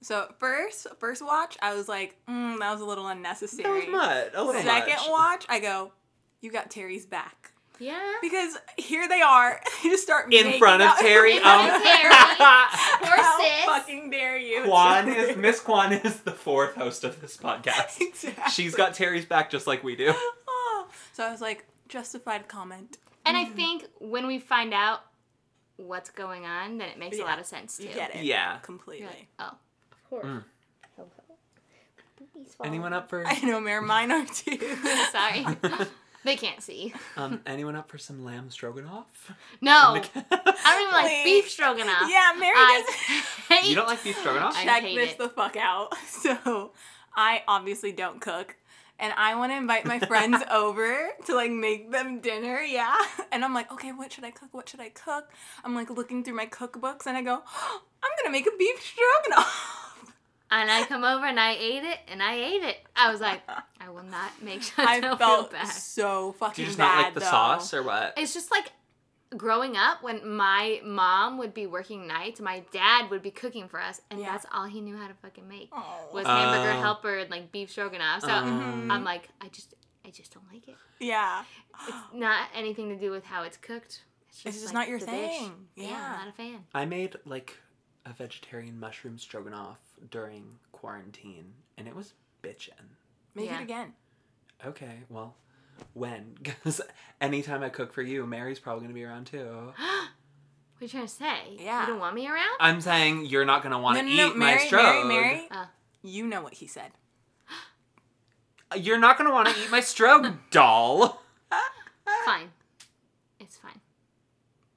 [SPEAKER 1] So first, first watch, I was like, mm, that was a little
[SPEAKER 3] That was
[SPEAKER 1] unnecessary.
[SPEAKER 3] mud. A little
[SPEAKER 1] Second
[SPEAKER 3] much.
[SPEAKER 1] watch, I go, you got Terry's back.
[SPEAKER 2] Yeah.
[SPEAKER 1] Because here they are. They just start
[SPEAKER 3] in
[SPEAKER 1] making
[SPEAKER 3] front of
[SPEAKER 1] out.
[SPEAKER 3] Terry.
[SPEAKER 2] In front of
[SPEAKER 3] Um,
[SPEAKER 2] Poor
[SPEAKER 1] How
[SPEAKER 2] sis.
[SPEAKER 1] fucking dare you?
[SPEAKER 3] Quan is Miss Quan is the fourth host of this podcast.
[SPEAKER 1] Exactly.
[SPEAKER 3] She's got Terry's back just like we do.
[SPEAKER 1] Oh. So I was like, justified comment.
[SPEAKER 2] And I think when we find out what's going on, then it makes
[SPEAKER 1] Yeah.
[SPEAKER 2] a lot of sense too.
[SPEAKER 1] You get it.
[SPEAKER 3] Yeah.
[SPEAKER 1] Completely.
[SPEAKER 2] You're like, oh, of course.
[SPEAKER 3] Mm.
[SPEAKER 2] Hello. Boobies fall
[SPEAKER 3] Anyone
[SPEAKER 2] out.
[SPEAKER 3] up for
[SPEAKER 1] I know, Mayor, mine are too.
[SPEAKER 2] Sorry. they can't see.
[SPEAKER 3] um, anyone up for some lamb stroganoff?
[SPEAKER 2] No.
[SPEAKER 3] you
[SPEAKER 2] Oh, I don't even like
[SPEAKER 1] Please.
[SPEAKER 2] beef stroganoff.
[SPEAKER 1] yeah, Mary
[SPEAKER 2] I
[SPEAKER 1] doesn't.
[SPEAKER 2] hate
[SPEAKER 3] don't like beef stroganoff?
[SPEAKER 2] I-
[SPEAKER 1] check
[SPEAKER 2] hate
[SPEAKER 1] this
[SPEAKER 2] it.
[SPEAKER 1] the fuck out. So I obviously don't cook. And I want to invite my friends over to like make them dinner, yeah. And I'm like, okay, what should I cook? What should I cook? I'm like looking through my cookbooks and I go, "Oh, I'm gonna make a beef stroganoff.
[SPEAKER 2] And I come over and I ate it and I ate it. I was like, I will not make
[SPEAKER 1] I
[SPEAKER 2] Chantel feel
[SPEAKER 1] felt
[SPEAKER 2] bad.
[SPEAKER 1] so fucking
[SPEAKER 3] Do you just
[SPEAKER 1] bad
[SPEAKER 3] not like the
[SPEAKER 1] though.
[SPEAKER 3] sauce or what?
[SPEAKER 2] It's just like growing up when my mom would be working nights, my dad would be cooking for us, and
[SPEAKER 1] Yeah.
[SPEAKER 2] that's all he knew how to fucking make.
[SPEAKER 1] Oh.
[SPEAKER 2] was hamburger
[SPEAKER 3] Oh.
[SPEAKER 2] helper and like beef stroganoff. So
[SPEAKER 1] Mm-hmm.
[SPEAKER 2] mm-hmm.
[SPEAKER 3] Um.
[SPEAKER 2] I'm like, I just, I just don't like it.
[SPEAKER 1] yeah,
[SPEAKER 2] It's not anything to do with how it's cooked.
[SPEAKER 1] it's just
[SPEAKER 2] like,
[SPEAKER 1] not your
[SPEAKER 2] the dish.
[SPEAKER 1] thing.
[SPEAKER 2] Yeah.
[SPEAKER 1] Yeah.
[SPEAKER 2] I'm not a fan.
[SPEAKER 3] I made like a vegetarian mushroom stroganoff during quarantine, and it was bitchin'.
[SPEAKER 1] make
[SPEAKER 2] Yeah.
[SPEAKER 1] it again.
[SPEAKER 3] Okay, well, when? Because anytime I cook for you, Mary's probably gonna be around too.
[SPEAKER 2] What are you trying to say?
[SPEAKER 1] Yeah.
[SPEAKER 2] You don't want me around?
[SPEAKER 3] I'm saying you're not gonna want
[SPEAKER 1] No,
[SPEAKER 3] to
[SPEAKER 1] no,
[SPEAKER 3] eat
[SPEAKER 1] no,
[SPEAKER 3] my
[SPEAKER 1] Mary, Mary,
[SPEAKER 3] strog.
[SPEAKER 1] Mary,
[SPEAKER 2] Uh.
[SPEAKER 1] you know what he said.
[SPEAKER 3] You're not gonna want to eat my strobe, doll.
[SPEAKER 2] Uh, fine. It's fine.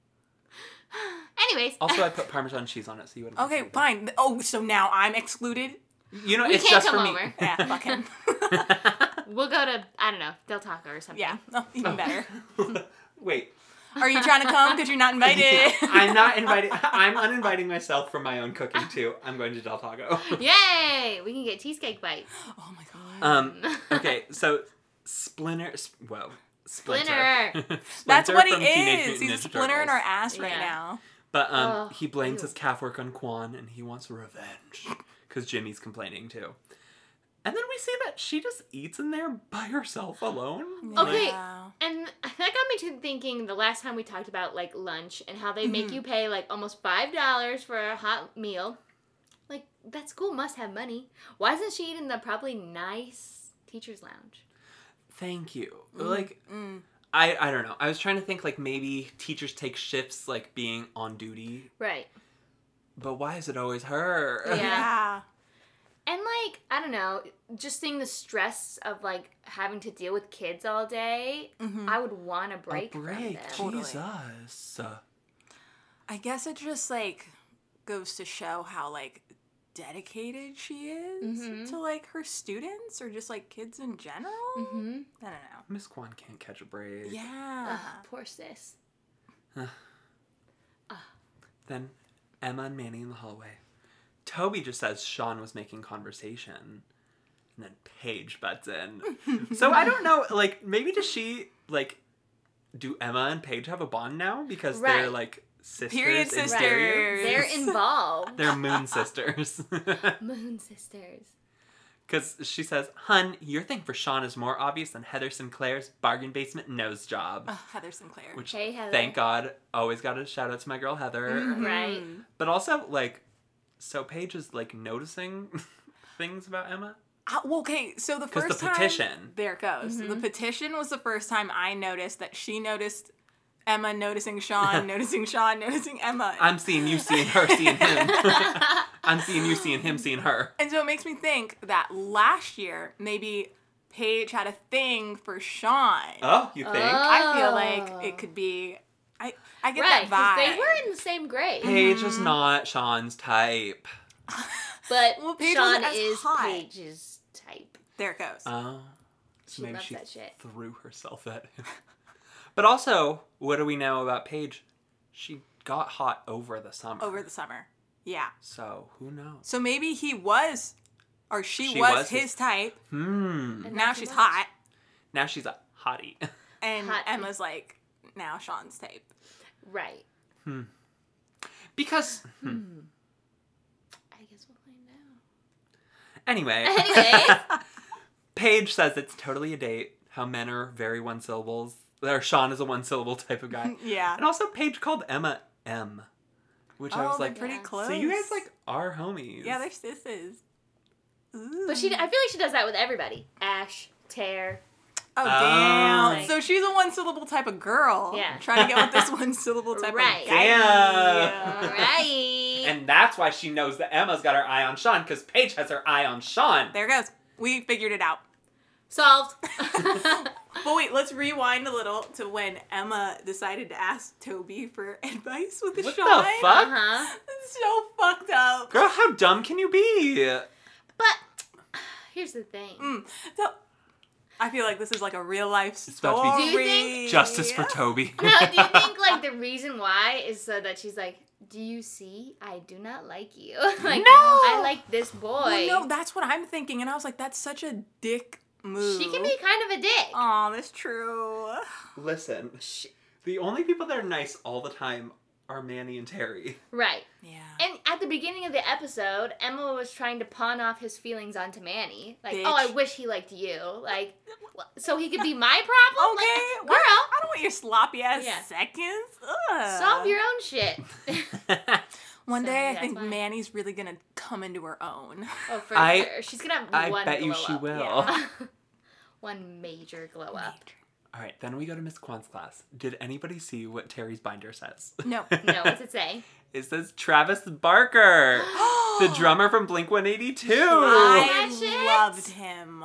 [SPEAKER 2] Anyways.
[SPEAKER 3] Also, I put Parmesan cheese on it, so you wouldn't.
[SPEAKER 1] Okay,
[SPEAKER 3] like
[SPEAKER 1] fine. Oh, so now I'm excluded.
[SPEAKER 3] it. You know,
[SPEAKER 2] We
[SPEAKER 3] it's
[SPEAKER 2] can't
[SPEAKER 3] just for
[SPEAKER 2] come
[SPEAKER 3] me.
[SPEAKER 2] over.
[SPEAKER 1] Yeah, fuck him.
[SPEAKER 2] we'll go to, I don't know, Del Taco or something.
[SPEAKER 1] yeah, oh, even better.
[SPEAKER 3] Wait,
[SPEAKER 1] Are you trying to come? Because you're not invited.
[SPEAKER 3] I'm not inviting. I'm uninviting myself from my own cooking too. I'm going to Del Taco.
[SPEAKER 2] Yay! We can get cheesecake bites.
[SPEAKER 1] oh my god.
[SPEAKER 3] Um. Okay, so Um, Splinter. s- Whoa.
[SPEAKER 2] Splinter.
[SPEAKER 1] That's
[SPEAKER 3] Splinter
[SPEAKER 1] what he
[SPEAKER 3] from Teenage
[SPEAKER 1] is.
[SPEAKER 3] Mutant
[SPEAKER 1] He's a
[SPEAKER 3] Ninja
[SPEAKER 1] splinter in our
[SPEAKER 3] Turtles.
[SPEAKER 1] ass right
[SPEAKER 2] Yeah.
[SPEAKER 1] now.
[SPEAKER 3] But um,
[SPEAKER 2] Ugh,
[SPEAKER 3] he blames
[SPEAKER 2] ew.
[SPEAKER 3] his calf work on Quan, and he wants revenge because Jimmy's complaining too. And then we see that she just eats in there by herself
[SPEAKER 1] Mm,
[SPEAKER 3] alone.
[SPEAKER 2] Okay.
[SPEAKER 3] Like,
[SPEAKER 1] Yeah.
[SPEAKER 2] And that got me to thinking the last time we talked about like lunch and how they make you pay like almost five dollars for a hot meal. Like that school must have money. Why isn't she eating the probably nice teacher's lounge?
[SPEAKER 3] thank you. Like
[SPEAKER 1] Mm.
[SPEAKER 3] I, I don't know. I was trying to think like maybe teachers take shifts like being on duty,
[SPEAKER 2] Right.
[SPEAKER 3] but why is it always her?
[SPEAKER 1] Yeah.
[SPEAKER 2] Yeah. And like, I don't know, just seeing the stress of like having to deal with kids all day,
[SPEAKER 1] Mhm.
[SPEAKER 2] I would want a
[SPEAKER 3] A
[SPEAKER 2] break.
[SPEAKER 3] break,
[SPEAKER 2] From them.
[SPEAKER 1] Totally.
[SPEAKER 3] Jesus. Uh,
[SPEAKER 1] I guess it just like goes to show how like dedicated she is
[SPEAKER 2] Mhm.
[SPEAKER 1] to like her students or just like kids in general.
[SPEAKER 2] Mm-hmm.
[SPEAKER 1] I don't know.
[SPEAKER 3] Miss Quan can't catch a break.
[SPEAKER 1] Yeah.
[SPEAKER 2] poor sis.
[SPEAKER 3] Then Emma and Manny in the hallway. Toby just says Sean was making conversation. And then Paige butts in. so I don't know, like, maybe does she, like, do Emma and Paige have a bond now? Because they're,
[SPEAKER 2] Right.
[SPEAKER 3] like, sisters.
[SPEAKER 1] Period
[SPEAKER 3] in
[SPEAKER 1] sisters.
[SPEAKER 3] period?
[SPEAKER 2] They're involved.
[SPEAKER 3] They're moon sisters.
[SPEAKER 2] Moon sisters.
[SPEAKER 3] Because she says, Hun, your thing for Sean is more obvious than Heather Sinclair's bargain basement nose job.
[SPEAKER 2] Oh,
[SPEAKER 1] Ugh, Heather Sinclair.
[SPEAKER 3] Which,
[SPEAKER 2] Hey, Heather.
[SPEAKER 3] thank God, always got a shout out to my girl Heather.
[SPEAKER 2] Right.
[SPEAKER 1] Mm.
[SPEAKER 3] But also, like, so Paige is like noticing things about Emma.
[SPEAKER 1] Uh, well, okay, so the
[SPEAKER 3] 'Cause the
[SPEAKER 1] first time
[SPEAKER 3] petition.
[SPEAKER 1] there it goes. The
[SPEAKER 2] Mm-hmm.
[SPEAKER 1] petition was the first time I noticed that she noticed Emma noticing Sean, noticing Sean, noticing Emma.
[SPEAKER 3] I'm seeing you seeing her seeing him. I'm seeing you seeing him seeing her.
[SPEAKER 1] And so it makes me think that last year, maybe Paige had a thing for Sean.
[SPEAKER 3] Oh, you think?
[SPEAKER 1] I feel like it could be. I, I get that
[SPEAKER 2] Right, 'cause
[SPEAKER 1] vibe.
[SPEAKER 2] they were in the same grade,
[SPEAKER 3] Paige is not Sean's type.
[SPEAKER 2] but
[SPEAKER 1] Well, Paige
[SPEAKER 2] Sean
[SPEAKER 1] wasn't as
[SPEAKER 2] is
[SPEAKER 1] hot.
[SPEAKER 2] Paige's type.
[SPEAKER 1] there it goes.
[SPEAKER 3] Oh,
[SPEAKER 2] She
[SPEAKER 3] maybe
[SPEAKER 2] loves
[SPEAKER 3] she
[SPEAKER 2] that shit.
[SPEAKER 3] threw herself at him. But also, what do we know about Paige? She got hot over the summer.
[SPEAKER 1] over the summer. Yeah.
[SPEAKER 3] So who knows?
[SPEAKER 1] So maybe he was, or she,
[SPEAKER 3] She
[SPEAKER 1] was,
[SPEAKER 3] was
[SPEAKER 1] his,
[SPEAKER 3] his-
[SPEAKER 1] type.
[SPEAKER 3] Hmm.
[SPEAKER 2] And
[SPEAKER 1] Now
[SPEAKER 2] that's
[SPEAKER 1] she's
[SPEAKER 2] it.
[SPEAKER 1] hot,
[SPEAKER 3] Now she's a hottie.
[SPEAKER 1] and
[SPEAKER 2] Hot.
[SPEAKER 1] Emma's like now Sean's type.
[SPEAKER 2] Right.
[SPEAKER 3] because
[SPEAKER 2] I guess we'll find out.
[SPEAKER 3] anyway.
[SPEAKER 2] Anyways,
[SPEAKER 3] Paige says it's totally a date. How men are very one syllables. Or Sean is a one syllable type of guy.
[SPEAKER 1] Yeah.
[SPEAKER 3] And also, Paige called Emma M, which I
[SPEAKER 1] oh,
[SPEAKER 3] was
[SPEAKER 1] they're
[SPEAKER 3] like,
[SPEAKER 1] pretty
[SPEAKER 2] Yeah.
[SPEAKER 1] close.
[SPEAKER 3] so you guys like are homies.
[SPEAKER 1] Yeah, they're sisters. Ooh.
[SPEAKER 2] but she, I feel like she does that with everybody. Ash, Tear.
[SPEAKER 1] Oh,
[SPEAKER 3] Oh.
[SPEAKER 1] damn. So she's a one syllable type of girl.
[SPEAKER 2] Yeah.
[SPEAKER 1] Trying to get with this one syllable type
[SPEAKER 2] Right.
[SPEAKER 1] of guy.
[SPEAKER 3] Damn.
[SPEAKER 2] Right.
[SPEAKER 3] And that's why she knows that Emma's got her eye on Sean because Paige has her eye on Sean.
[SPEAKER 1] There it goes. We figured it out.
[SPEAKER 2] Solved.
[SPEAKER 1] But wait, let's rewind a little to when Emma decided to ask Toby for advice with the
[SPEAKER 3] What the
[SPEAKER 1] shine.
[SPEAKER 3] fuck?
[SPEAKER 2] uh huh.
[SPEAKER 1] It's so fucked up.
[SPEAKER 3] Girl, how dumb can you be?
[SPEAKER 2] But here's the thing.
[SPEAKER 1] Mm. So, I feel like this is like a real life
[SPEAKER 3] about
[SPEAKER 1] story.
[SPEAKER 3] to be-
[SPEAKER 2] Do you think-
[SPEAKER 3] Justice for Toby.
[SPEAKER 2] No, do you think like the reason why is so that she's like, do you see? I do not like you. like, I like this boy.
[SPEAKER 1] Well, no, that's what I'm thinking, and I was like, that's such a dick move.
[SPEAKER 2] she can be kind of a dick.
[SPEAKER 1] Aw, that's true.
[SPEAKER 3] Listen,
[SPEAKER 2] Sh-
[SPEAKER 3] the only people that are nice all the time are Manny and Terry.
[SPEAKER 2] Right.
[SPEAKER 1] Yeah.
[SPEAKER 2] And at the beginning of the episode, Emma was trying to pawn off his feelings onto Manny. Like,
[SPEAKER 1] Bitch.
[SPEAKER 2] oh, I wish he liked you. Like, wh- so he could be my problem?
[SPEAKER 1] Okay,
[SPEAKER 2] Like,
[SPEAKER 1] well,
[SPEAKER 2] girl,
[SPEAKER 1] I don't want your sloppy ass
[SPEAKER 2] Yeah.
[SPEAKER 1] seconds. Ugh.
[SPEAKER 2] solve your own shit.
[SPEAKER 1] One
[SPEAKER 2] So
[SPEAKER 1] day, I
[SPEAKER 2] that's
[SPEAKER 1] think
[SPEAKER 2] why.
[SPEAKER 1] Manny's really gonna come into her own.
[SPEAKER 2] oh, for
[SPEAKER 3] I-
[SPEAKER 2] sure. She's going to have
[SPEAKER 3] I
[SPEAKER 2] one
[SPEAKER 3] bet you
[SPEAKER 2] glow
[SPEAKER 3] she
[SPEAKER 2] up.
[SPEAKER 3] will.
[SPEAKER 2] Yeah. one major glow up.
[SPEAKER 3] All right, then we go to Miss Kwan's class. Did anybody see what Terry's binder says?
[SPEAKER 1] No.
[SPEAKER 2] No, what's it say?
[SPEAKER 3] It says Travis Barker, the drummer from Blink 182.
[SPEAKER 1] I
[SPEAKER 2] That shit?
[SPEAKER 1] loved him.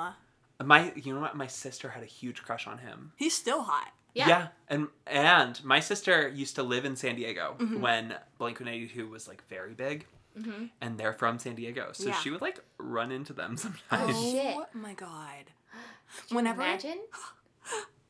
[SPEAKER 3] My, you know what? My sister had a huge crush on him.
[SPEAKER 1] He's still hot.
[SPEAKER 2] Yeah.
[SPEAKER 3] and and my sister used to live in San Diego
[SPEAKER 1] Mm-hmm.
[SPEAKER 3] when Blink 182 was like very big, and they're from San Diego, so
[SPEAKER 1] Yeah.
[SPEAKER 3] she would like run into them sometimes.
[SPEAKER 2] Oh, shit.
[SPEAKER 1] my god.
[SPEAKER 2] Can you
[SPEAKER 1] Whenever I-
[SPEAKER 2] Imagine?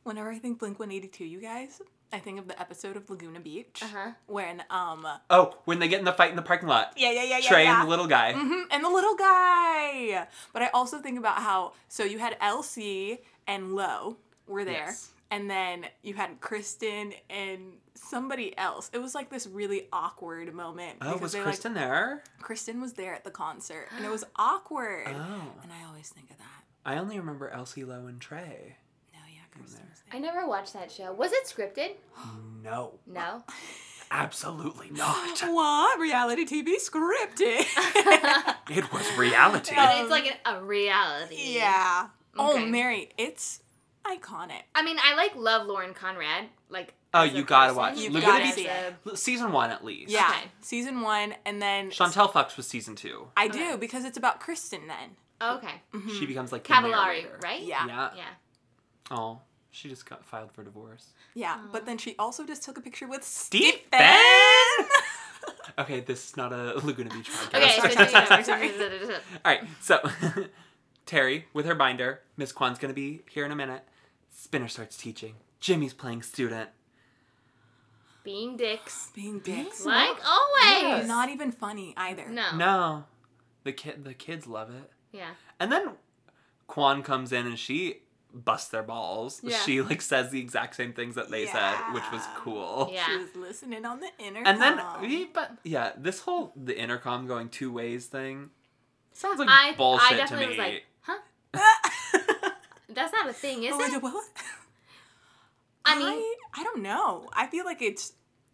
[SPEAKER 1] Whenever I think Blink 182, you guys, I think of the episode of Laguna Beach
[SPEAKER 2] Uh-huh.
[SPEAKER 1] when um
[SPEAKER 3] Oh, when they get in the fight in the parking lot,
[SPEAKER 1] yeah yeah yeah yeah
[SPEAKER 3] Trey
[SPEAKER 1] yeah.
[SPEAKER 3] and the little guy.
[SPEAKER 1] Mhm, and the little guy. But I also think about how so you had Elsie and Lo were there,
[SPEAKER 3] Yes.
[SPEAKER 1] and then you had Kristen and somebody else. It was like this really awkward moment
[SPEAKER 3] Oh, was
[SPEAKER 1] they,
[SPEAKER 3] Kristen there?
[SPEAKER 1] like Kristen was there at the concert and it was awkward.
[SPEAKER 3] Oh.
[SPEAKER 1] And I always think of that.
[SPEAKER 3] I only remember Elsie Lowe and Trey.
[SPEAKER 1] No, yeah, Kristen was there.
[SPEAKER 2] I never watched that show. Was it scripted?
[SPEAKER 3] No,
[SPEAKER 2] No.
[SPEAKER 3] absolutely not.
[SPEAKER 1] What reality TV scripted?
[SPEAKER 3] It was reality.
[SPEAKER 1] Yeah.
[SPEAKER 2] But it's like an, a reality.
[SPEAKER 1] yeah. Oh,
[SPEAKER 2] Okay.
[SPEAKER 1] Mary, it's iconic.
[SPEAKER 2] I mean, I like love Lauren Conrad. Like.
[SPEAKER 3] Oh,
[SPEAKER 2] as a
[SPEAKER 3] you gotta
[SPEAKER 2] person,
[SPEAKER 3] watch.
[SPEAKER 1] You
[SPEAKER 2] but
[SPEAKER 1] gotta
[SPEAKER 2] as
[SPEAKER 1] see
[SPEAKER 2] a-
[SPEAKER 1] it.
[SPEAKER 3] L- Season one, at least.
[SPEAKER 1] Yeah,
[SPEAKER 2] Okay.
[SPEAKER 1] season one, and then
[SPEAKER 3] Chantel Fox was season 2
[SPEAKER 1] I
[SPEAKER 2] Okay.
[SPEAKER 1] do because it's about Kristen then.
[SPEAKER 2] Oh, Okay.
[SPEAKER 3] She becomes like the
[SPEAKER 2] Cavallari,
[SPEAKER 3] narrator.
[SPEAKER 2] right?
[SPEAKER 1] Mm-hmm. Yeah.
[SPEAKER 3] Yeah.
[SPEAKER 2] Yeah.
[SPEAKER 3] Oh, she just got filed for divorce.
[SPEAKER 1] Yeah, but then she also just took a picture with Stephen.
[SPEAKER 3] Stephen! Okay, this is not a Laguna Beach podcast.
[SPEAKER 1] sorry,
[SPEAKER 2] Okay. so-
[SPEAKER 1] sorry,
[SPEAKER 2] sorry.
[SPEAKER 3] All right, so Terry with her binder. Miss Kwan's gonna be here in a minute. Spinner starts teaching. Jimmy's playing student.
[SPEAKER 2] Being dicks.
[SPEAKER 1] Being dicks.
[SPEAKER 2] Like always.
[SPEAKER 1] Not even funny either.
[SPEAKER 2] No.
[SPEAKER 3] No, the kid, the kids love it.
[SPEAKER 2] Yeah.
[SPEAKER 3] And then Kwan comes in and she busts their balls.
[SPEAKER 2] Yeah.
[SPEAKER 3] She like says the exact same things that they said, which was
[SPEAKER 1] Yeah.
[SPEAKER 3] cool.
[SPEAKER 2] Yeah.
[SPEAKER 1] She was listening on the internet.
[SPEAKER 3] And then, we- but yeah, this whole the intercom going two ways thing sounds like
[SPEAKER 2] I
[SPEAKER 3] bullshit
[SPEAKER 2] I definitely
[SPEAKER 3] to me.
[SPEAKER 2] was like, huh? That's not a thing,
[SPEAKER 1] Oh,
[SPEAKER 2] is it? I
[SPEAKER 1] I
[SPEAKER 2] mean,
[SPEAKER 1] I, don't know. I feel like it's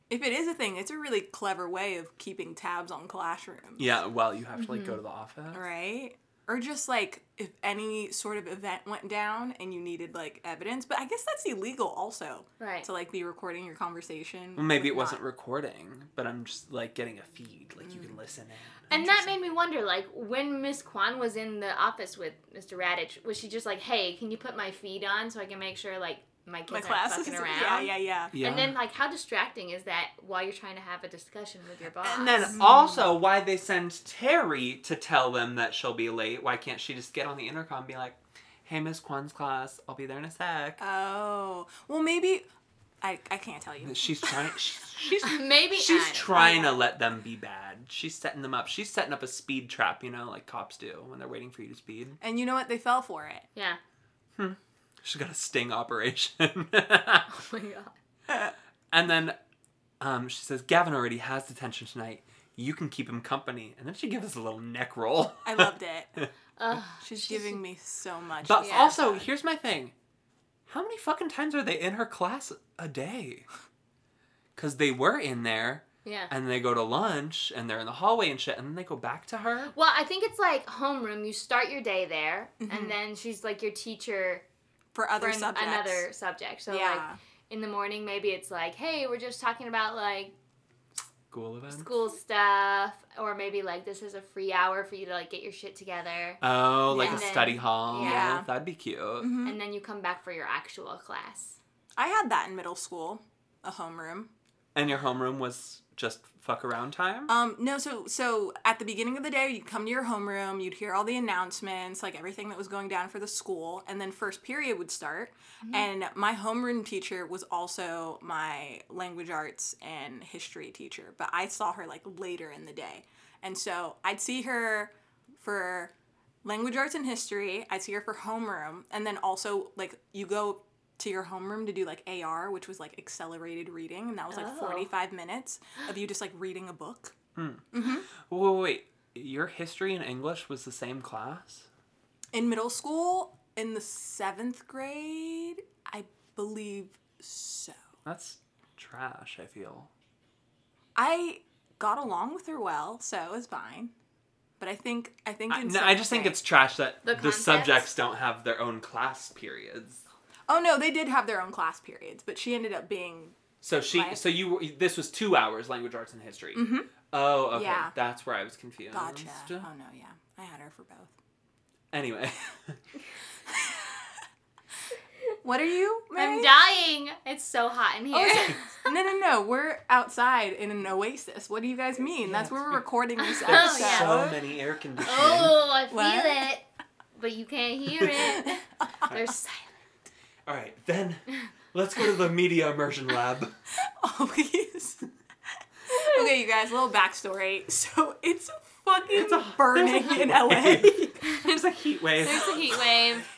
[SPEAKER 1] if it is a thing, it's a really clever way of keeping tabs on classrooms.
[SPEAKER 3] yeah, well, you have to like go to
[SPEAKER 2] Mm-hmm.
[SPEAKER 3] the office.
[SPEAKER 1] Right? Or just like if any sort of event went down and you needed like evidence, but I guess that's illegal also
[SPEAKER 2] right.
[SPEAKER 1] to like be recording your conversation.
[SPEAKER 3] Well,
[SPEAKER 1] with
[SPEAKER 3] maybe it wasn't
[SPEAKER 1] not-
[SPEAKER 3] recording, but I'm just like getting a feed, like you can listen in.
[SPEAKER 2] Mm. And that made me wonder, like, when Miss Kwan was in the office with Mr. Radich, was she just like, "Hey, can you put my feed on so I can make sure like my kids
[SPEAKER 1] my
[SPEAKER 2] aren't
[SPEAKER 1] classes.
[SPEAKER 2] fucking around?"
[SPEAKER 1] Yeah, yeah, yeah.
[SPEAKER 3] Yeah.
[SPEAKER 2] And then like, how distracting is that while you're trying to have a discussion with your boss?
[SPEAKER 3] And then also
[SPEAKER 2] Mm.
[SPEAKER 3] why they send Terry to tell them that she'll be late. Why can't she just get on the intercom and be like, hey, Miss Kwan's class, I'll be there in a
[SPEAKER 2] Uh,
[SPEAKER 3] sec.
[SPEAKER 1] Oh. Well, maybe I I can't tell you.
[SPEAKER 3] she's trying, she's, she's,
[SPEAKER 2] maybe
[SPEAKER 3] she's
[SPEAKER 2] I don't
[SPEAKER 3] trying to let them be bad. She's setting them up. She's setting up a speed trap, you know, like cops do when they're waiting for you to speed.
[SPEAKER 1] And you know what? They fell for it.
[SPEAKER 2] know. Yeah.
[SPEAKER 3] She's got a sting operation.
[SPEAKER 2] Oh my god.
[SPEAKER 3] And then um, she says, Gavin already has detention tonight. You can keep him company. And then she gives us a little neck roll.
[SPEAKER 1] I loved it.
[SPEAKER 2] Ugh.
[SPEAKER 1] She's giving me so much.
[SPEAKER 3] But
[SPEAKER 2] Yeah.
[SPEAKER 3] also, here's my thing how many fucking times are they in her class a day? Because they were in there
[SPEAKER 2] Yeah.
[SPEAKER 3] and they go to lunch and they're in the hallway and shit and then they go back to her.
[SPEAKER 2] Well, I think it's like homeroom. You start your day there, and then she's like your teacher
[SPEAKER 1] for
[SPEAKER 2] for
[SPEAKER 1] Mm-hmm. other
[SPEAKER 2] an-
[SPEAKER 1] subjects.
[SPEAKER 2] another subject. So
[SPEAKER 1] Yeah.
[SPEAKER 2] like in the morning, maybe it's like, "Hey, we're just talking about like."
[SPEAKER 3] School event.
[SPEAKER 2] school stuff or maybe like this is a free hour for you to like get your shit together
[SPEAKER 3] Oh, like
[SPEAKER 1] Yeah.
[SPEAKER 3] a
[SPEAKER 2] And then-
[SPEAKER 3] study hall.
[SPEAKER 1] Yeah.
[SPEAKER 3] That'd be cute.
[SPEAKER 2] and then you come back for your actual class
[SPEAKER 1] I had that in middle school, a homeroom.
[SPEAKER 3] And your homeroom was just fuck around time?
[SPEAKER 1] Um, no, so so at the beginning of the day, you'd come to your homeroom, you'd hear all the announcements, like everything that was going down for the school, and then first period would start. And my homeroom teacher was also my language arts and history teacher, but I saw her like later in the day, and so I'd see her for language arts and history. I'd see her for homeroom, and then also like you go to your homeroom to do like AR, which was like accelerated reading, and that was like
[SPEAKER 2] Oh.
[SPEAKER 1] forty five minutes of you just like reading a book.
[SPEAKER 3] Wait, wait, wait. Your history and English was the same class?
[SPEAKER 1] In middle school, in the seventh grade, I believe so.
[SPEAKER 3] That's trash, I feel.
[SPEAKER 1] I got along with her well, so it was fine. But I think I think
[SPEAKER 3] I,
[SPEAKER 1] in
[SPEAKER 3] no, I just think
[SPEAKER 1] seventh
[SPEAKER 3] it's trash that
[SPEAKER 2] The
[SPEAKER 3] the,
[SPEAKER 2] concepts?
[SPEAKER 3] subjects don't have their own class periods.
[SPEAKER 1] grade- oh no, they did have their own class periods, but she ended up being
[SPEAKER 3] So she,
[SPEAKER 1] Right.
[SPEAKER 3] so you, were- this was two hours language arts and history. Oh, okay,
[SPEAKER 1] Yeah.
[SPEAKER 3] that's where I was confused.
[SPEAKER 1] gotcha. Oh no, yeah, I had her for both.
[SPEAKER 3] Anyway,
[SPEAKER 1] What are you?
[SPEAKER 2] i'm
[SPEAKER 1] Mary?
[SPEAKER 2] dying it's so hot in here
[SPEAKER 1] Oh, is it- no, no, no. We're outside in an oasis. What do you guys mean? That's where we're recording this episode.
[SPEAKER 2] Oh, yeah.
[SPEAKER 3] so many air conditioning.
[SPEAKER 2] Oh, i feel
[SPEAKER 1] What?
[SPEAKER 2] it but you can't hear it there's silence
[SPEAKER 3] All right, then let's go to the media immersion lab.
[SPEAKER 1] Always. okay, you guys, a little backstory. So it's fucking burning
[SPEAKER 3] there's a
[SPEAKER 1] in
[SPEAKER 3] heat
[SPEAKER 1] LA.
[SPEAKER 3] wave. There's a heat wave.
[SPEAKER 2] there's a heat wave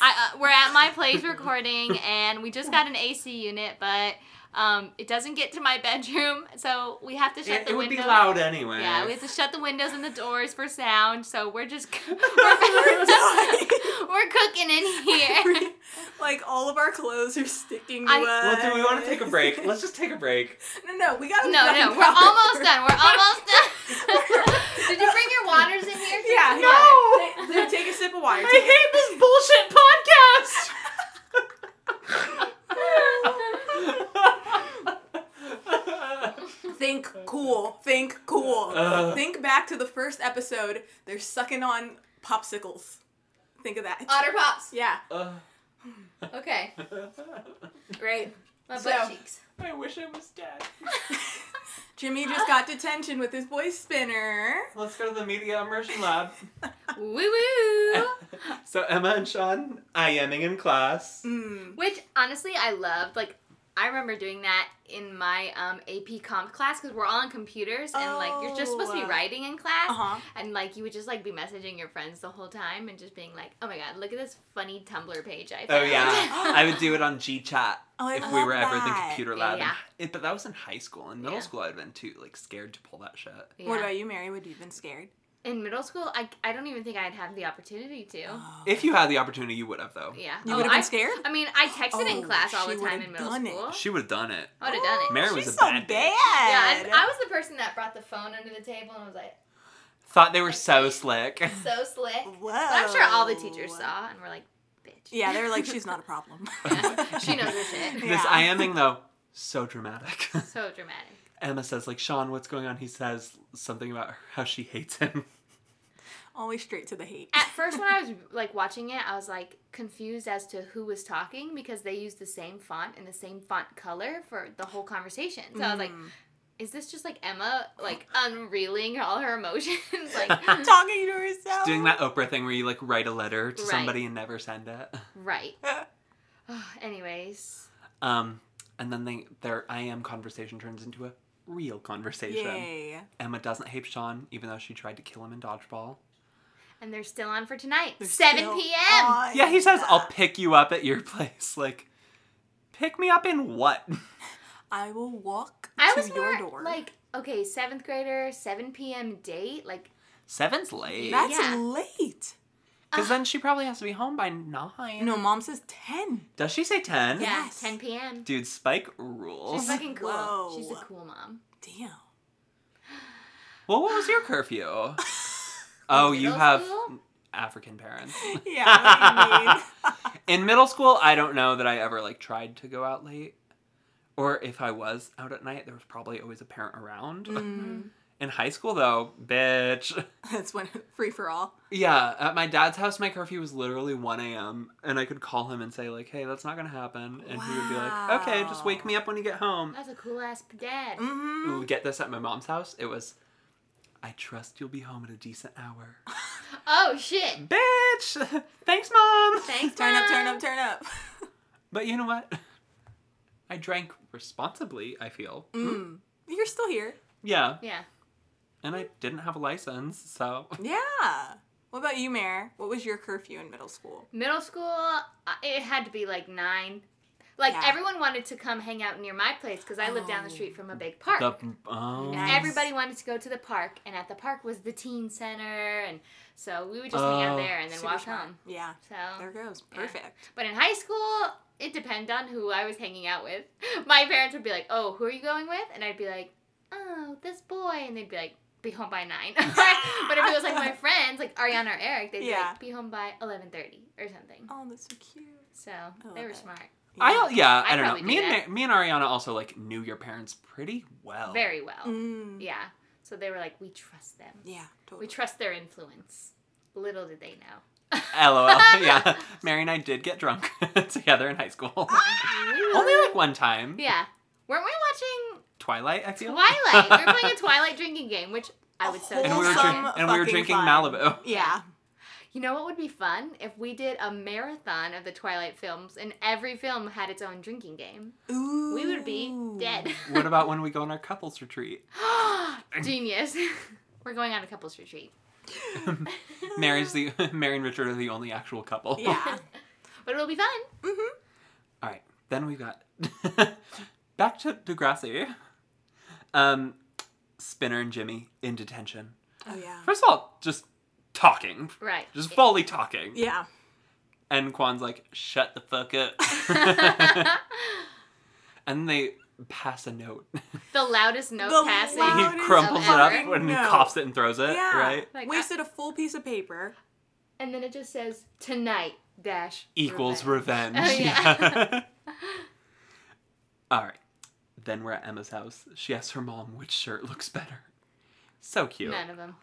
[SPEAKER 2] I, uh, we're at my place recording, and we just got an AC unit, but um, it doesn't get to my bedroom, so we have to shut
[SPEAKER 3] It,
[SPEAKER 2] the
[SPEAKER 3] it would
[SPEAKER 2] windows.
[SPEAKER 3] be loud anyway.
[SPEAKER 2] Yeah, we have to shut the windows and the doors for sound. So we're just we're, we're just- we're cooking in here.
[SPEAKER 1] like all of our clothes are sticking to
[SPEAKER 2] I-
[SPEAKER 1] us.
[SPEAKER 3] Well, do we want to take a break? Let's just take a break.
[SPEAKER 1] No, no, we gotta.
[SPEAKER 2] No,
[SPEAKER 1] be
[SPEAKER 2] no,
[SPEAKER 1] done
[SPEAKER 2] we're
[SPEAKER 1] proper.
[SPEAKER 2] almost done. We're almost done. Did you bring your waters in here? too?
[SPEAKER 1] Yeah.
[SPEAKER 3] No!
[SPEAKER 1] yeah. Ta- ta- Take a sip of water.
[SPEAKER 3] I hate this bullshit podcast.
[SPEAKER 1] Think cool. Think cool.
[SPEAKER 3] Uh.
[SPEAKER 1] Think back to the first episode. They're sucking on popsicles. Think of that.
[SPEAKER 2] Otter pops.
[SPEAKER 1] yeah.
[SPEAKER 3] Uh,
[SPEAKER 2] Okay.
[SPEAKER 1] Right.
[SPEAKER 2] My butt
[SPEAKER 1] So-
[SPEAKER 2] cheeks.
[SPEAKER 3] I wish I was dead.
[SPEAKER 1] Jimmy just got detention with his boy Spinner.
[SPEAKER 3] Let's go to the media immersion lab.
[SPEAKER 2] Woo woo.
[SPEAKER 3] so Emma and Sean, IMing in class.
[SPEAKER 1] Mm.
[SPEAKER 2] Which honestly, I loved. Like, I remember doing that in my um, AP Comp class because we're all on computers and like you're just supposed to be
[SPEAKER 1] Oh.
[SPEAKER 2] writing in class.
[SPEAKER 1] Uh huh.
[SPEAKER 2] And like you would just like be messaging your friends the whole time and just being like, "Oh my god, look at this funny Tumblr page I
[SPEAKER 3] Oh
[SPEAKER 2] found."
[SPEAKER 3] yeah, I would do it on GChat
[SPEAKER 1] Oh, I
[SPEAKER 3] if we
[SPEAKER 1] love
[SPEAKER 3] were ever the
[SPEAKER 1] that.
[SPEAKER 3] computer lab.
[SPEAKER 2] Yeah.
[SPEAKER 3] And- it- but that was in high school. In middle
[SPEAKER 2] Yeah.
[SPEAKER 3] school, I'd been too like scared to pull that shit.
[SPEAKER 2] Yeah.
[SPEAKER 1] What about you, Mary? Would you have been scared?
[SPEAKER 2] in middle school? I, I don't even think I'd have the opportunity to.
[SPEAKER 3] If you had the opportunity, you would have though.
[SPEAKER 2] Yeah.
[SPEAKER 1] Oh. You
[SPEAKER 2] Oh,
[SPEAKER 1] would have been
[SPEAKER 2] I,
[SPEAKER 1] scared?
[SPEAKER 2] I mean, I texted in
[SPEAKER 1] Oh,
[SPEAKER 2] class all
[SPEAKER 1] she
[SPEAKER 2] the
[SPEAKER 1] would
[SPEAKER 2] time
[SPEAKER 1] have
[SPEAKER 2] in middle
[SPEAKER 1] done it.
[SPEAKER 2] school.
[SPEAKER 3] She would have done it.
[SPEAKER 2] I would have done it.
[SPEAKER 3] Mary was
[SPEAKER 1] She's
[SPEAKER 3] a
[SPEAKER 1] so
[SPEAKER 3] bad bitch.
[SPEAKER 1] bad.
[SPEAKER 2] yeah, I, I was the person that brought the phone under the table and was like,
[SPEAKER 3] Thought they were so slick.
[SPEAKER 2] so slick.
[SPEAKER 1] Whoa.
[SPEAKER 2] But I'm sure all the teachers saw and were like, bitch.
[SPEAKER 1] Yeah, they're like, she's not a problem.
[SPEAKER 2] Yeah, she knows her shit.
[SPEAKER 3] This
[SPEAKER 1] Yeah.
[SPEAKER 3] IMing though, so dramatic.
[SPEAKER 2] So dramatic.
[SPEAKER 3] Emma says like Sean, what's going on? He says something about her- how she hates him.
[SPEAKER 1] Always straight to the hate.
[SPEAKER 2] At first, when I was like watching it, I was like confused as to who was talking because they used the same font and the same font color for the whole conversation. So I was like,
[SPEAKER 1] Mm.
[SPEAKER 2] is this just like Emma like unreeling all her emotions? like,
[SPEAKER 1] Talking to herself.
[SPEAKER 3] Doing that Oprah thing where you like write a letter to
[SPEAKER 2] Right.
[SPEAKER 3] somebody and never send it.
[SPEAKER 2] right. Ugh, anyways,
[SPEAKER 3] Um, and then they their I am conversation turns into a real conversation.
[SPEAKER 1] Yay.
[SPEAKER 3] Emma doesn't hate Sean, even though she tried to kill him in dodgeball.
[SPEAKER 2] and they're still on for tonight, 7 p.m.
[SPEAKER 3] Yeah, he says, "I'll pick you up at your place." Like, pick me up in what?
[SPEAKER 1] I will walk
[SPEAKER 2] I
[SPEAKER 1] to
[SPEAKER 2] was
[SPEAKER 1] your
[SPEAKER 2] more
[SPEAKER 1] door.
[SPEAKER 2] like, okay, seventh grader, 7 p.m. date. Like,
[SPEAKER 3] Seven's late.
[SPEAKER 1] That's
[SPEAKER 2] Yeah.
[SPEAKER 1] late.
[SPEAKER 3] Because then she probably has to be home by nine.
[SPEAKER 1] No, mom says 10.
[SPEAKER 3] Does she say ten?
[SPEAKER 2] yeah,
[SPEAKER 1] Yes.
[SPEAKER 2] 10 p.m.
[SPEAKER 3] Dude, Spike
[SPEAKER 2] She's
[SPEAKER 3] rules.
[SPEAKER 2] fucking cool.
[SPEAKER 1] Whoa.
[SPEAKER 2] She's a cool mom.
[SPEAKER 1] Damn.
[SPEAKER 3] well, what was your curfew? oh, you
[SPEAKER 2] Middle
[SPEAKER 3] have
[SPEAKER 2] school?
[SPEAKER 3] African parents.
[SPEAKER 1] Yeah, what do you mean?
[SPEAKER 3] In middle school, I don't know that I ever like tried to go out late. Or if I was out at night, there was probably always a parent around.
[SPEAKER 2] Mm.
[SPEAKER 3] In high school though, bitch.
[SPEAKER 1] That's when free for all.
[SPEAKER 3] Yeah, at my dad's house my curfew was literally 1 a.m. and I could call him and say like, "Hey, that's not going to happen." And he would be like, "Okay, just wake
[SPEAKER 1] Wow.
[SPEAKER 3] me up when you get home."
[SPEAKER 2] That's a cool ass dad.
[SPEAKER 1] Mm-hmm.
[SPEAKER 3] Ooh, Get this at my mom's house. It was I trust you'll be home at a decent hour.
[SPEAKER 2] Oh shit.
[SPEAKER 3] Bitch. Thanks, mom.
[SPEAKER 2] Thanks,
[SPEAKER 1] Turn up, turn
[SPEAKER 2] Mom.
[SPEAKER 1] up, turn up.
[SPEAKER 3] But you know what? I drank responsibly, I feel.
[SPEAKER 1] Mm. You're still here.
[SPEAKER 3] Yeah,
[SPEAKER 2] Yeah.
[SPEAKER 3] and I didn't have a license, so
[SPEAKER 1] Yeah. What about you, Mare? What was your curfew in middle school?
[SPEAKER 2] Middle school, uh, it had to be like nine. Like
[SPEAKER 1] Yeah.
[SPEAKER 2] everyone wanted to come hang out near my place because I lived down the
[SPEAKER 1] Oh.
[SPEAKER 2] street from a big park.
[SPEAKER 3] the oh.
[SPEAKER 2] And
[SPEAKER 1] Nice.
[SPEAKER 2] Everybody wanted to go to the park, and at the park was the teen center, and so we would just hang
[SPEAKER 3] Oh.
[SPEAKER 2] out there and then
[SPEAKER 1] Super
[SPEAKER 2] walk
[SPEAKER 1] smart.
[SPEAKER 2] home.
[SPEAKER 1] Yeah.
[SPEAKER 2] So,
[SPEAKER 1] There goes.
[SPEAKER 2] Yeah.
[SPEAKER 1] Perfect.
[SPEAKER 2] but in high school, it depended on who I was hanging out with. My parents would be like, "Oh, who are you going with?" And I'd be like, "Oh, this boy," and they'd be like, "Be home by 9. but if it was like my friends, like Ariana or Eric, they'd be
[SPEAKER 1] Yeah.
[SPEAKER 2] like, "Be home by eleven thirty or something."
[SPEAKER 1] Oh, that's so cute.
[SPEAKER 2] So
[SPEAKER 1] love
[SPEAKER 2] they were
[SPEAKER 1] it.
[SPEAKER 2] smart.
[SPEAKER 3] I yeah, I,
[SPEAKER 2] I'd
[SPEAKER 3] don't
[SPEAKER 2] probably
[SPEAKER 3] know.
[SPEAKER 2] do
[SPEAKER 3] Me and
[SPEAKER 2] that.
[SPEAKER 3] Ma- me and Ariana also like knew your parents pretty well.
[SPEAKER 2] very well.
[SPEAKER 1] Oh. Mm.
[SPEAKER 2] Yeah. So they were like, we trust them.
[SPEAKER 1] Yeah, totally.
[SPEAKER 2] We trust their influence. Little did they know.
[SPEAKER 3] LOL. yeah, Mary and I did get drunk together in high school. Only like one time.
[SPEAKER 2] Ah! yeah. Weren't we
[SPEAKER 3] Twilight, I feel.
[SPEAKER 2] watching Twilight? we were playing a Twilight drinking game, which I
[SPEAKER 1] A
[SPEAKER 2] would so.
[SPEAKER 3] and we were,
[SPEAKER 2] love.
[SPEAKER 1] Wholesome
[SPEAKER 3] drink- and we were
[SPEAKER 1] fucking
[SPEAKER 3] drinking
[SPEAKER 1] fun.
[SPEAKER 3] Malibu.
[SPEAKER 1] yeah.
[SPEAKER 2] You know what would be fun if we did a marathon of the Twilight films, and every film had its own drinking game.
[SPEAKER 1] Ooh.
[SPEAKER 2] We would be dead.
[SPEAKER 3] What about when we go on our couples retreat?
[SPEAKER 2] Genius. we're going on a couples retreat.
[SPEAKER 3] Mary's the Mary and Richard are the only actual couple.
[SPEAKER 1] Yeah. Mm-hmm.
[SPEAKER 2] but it'll be fun.
[SPEAKER 3] All right. Then we've got back to Degrassi. Um, Spinner and Jimmy in detention.
[SPEAKER 1] Oh yeah.
[SPEAKER 3] First of all, just talking.
[SPEAKER 2] Right.
[SPEAKER 3] Just fully talking.
[SPEAKER 1] Yeah.
[SPEAKER 3] And Kwan's like, shut the fuck up. and they pass a note.
[SPEAKER 2] The loudest note
[SPEAKER 1] The
[SPEAKER 2] passing.
[SPEAKER 3] he
[SPEAKER 1] loudest
[SPEAKER 3] crumples it up
[SPEAKER 2] ever.
[SPEAKER 3] and he
[SPEAKER 1] No.
[SPEAKER 3] coughs it and throws it,
[SPEAKER 1] Yeah.
[SPEAKER 3] right?
[SPEAKER 2] Like,
[SPEAKER 1] Wasted a full piece of paper.
[SPEAKER 2] And then it just says tonight dash
[SPEAKER 3] Equals
[SPEAKER 2] revenge."
[SPEAKER 3] revenge.
[SPEAKER 2] Oh, yeah.
[SPEAKER 3] all right. Then we're at Emma's house. She asks her mom which shirt looks better. So cute.
[SPEAKER 2] None of them.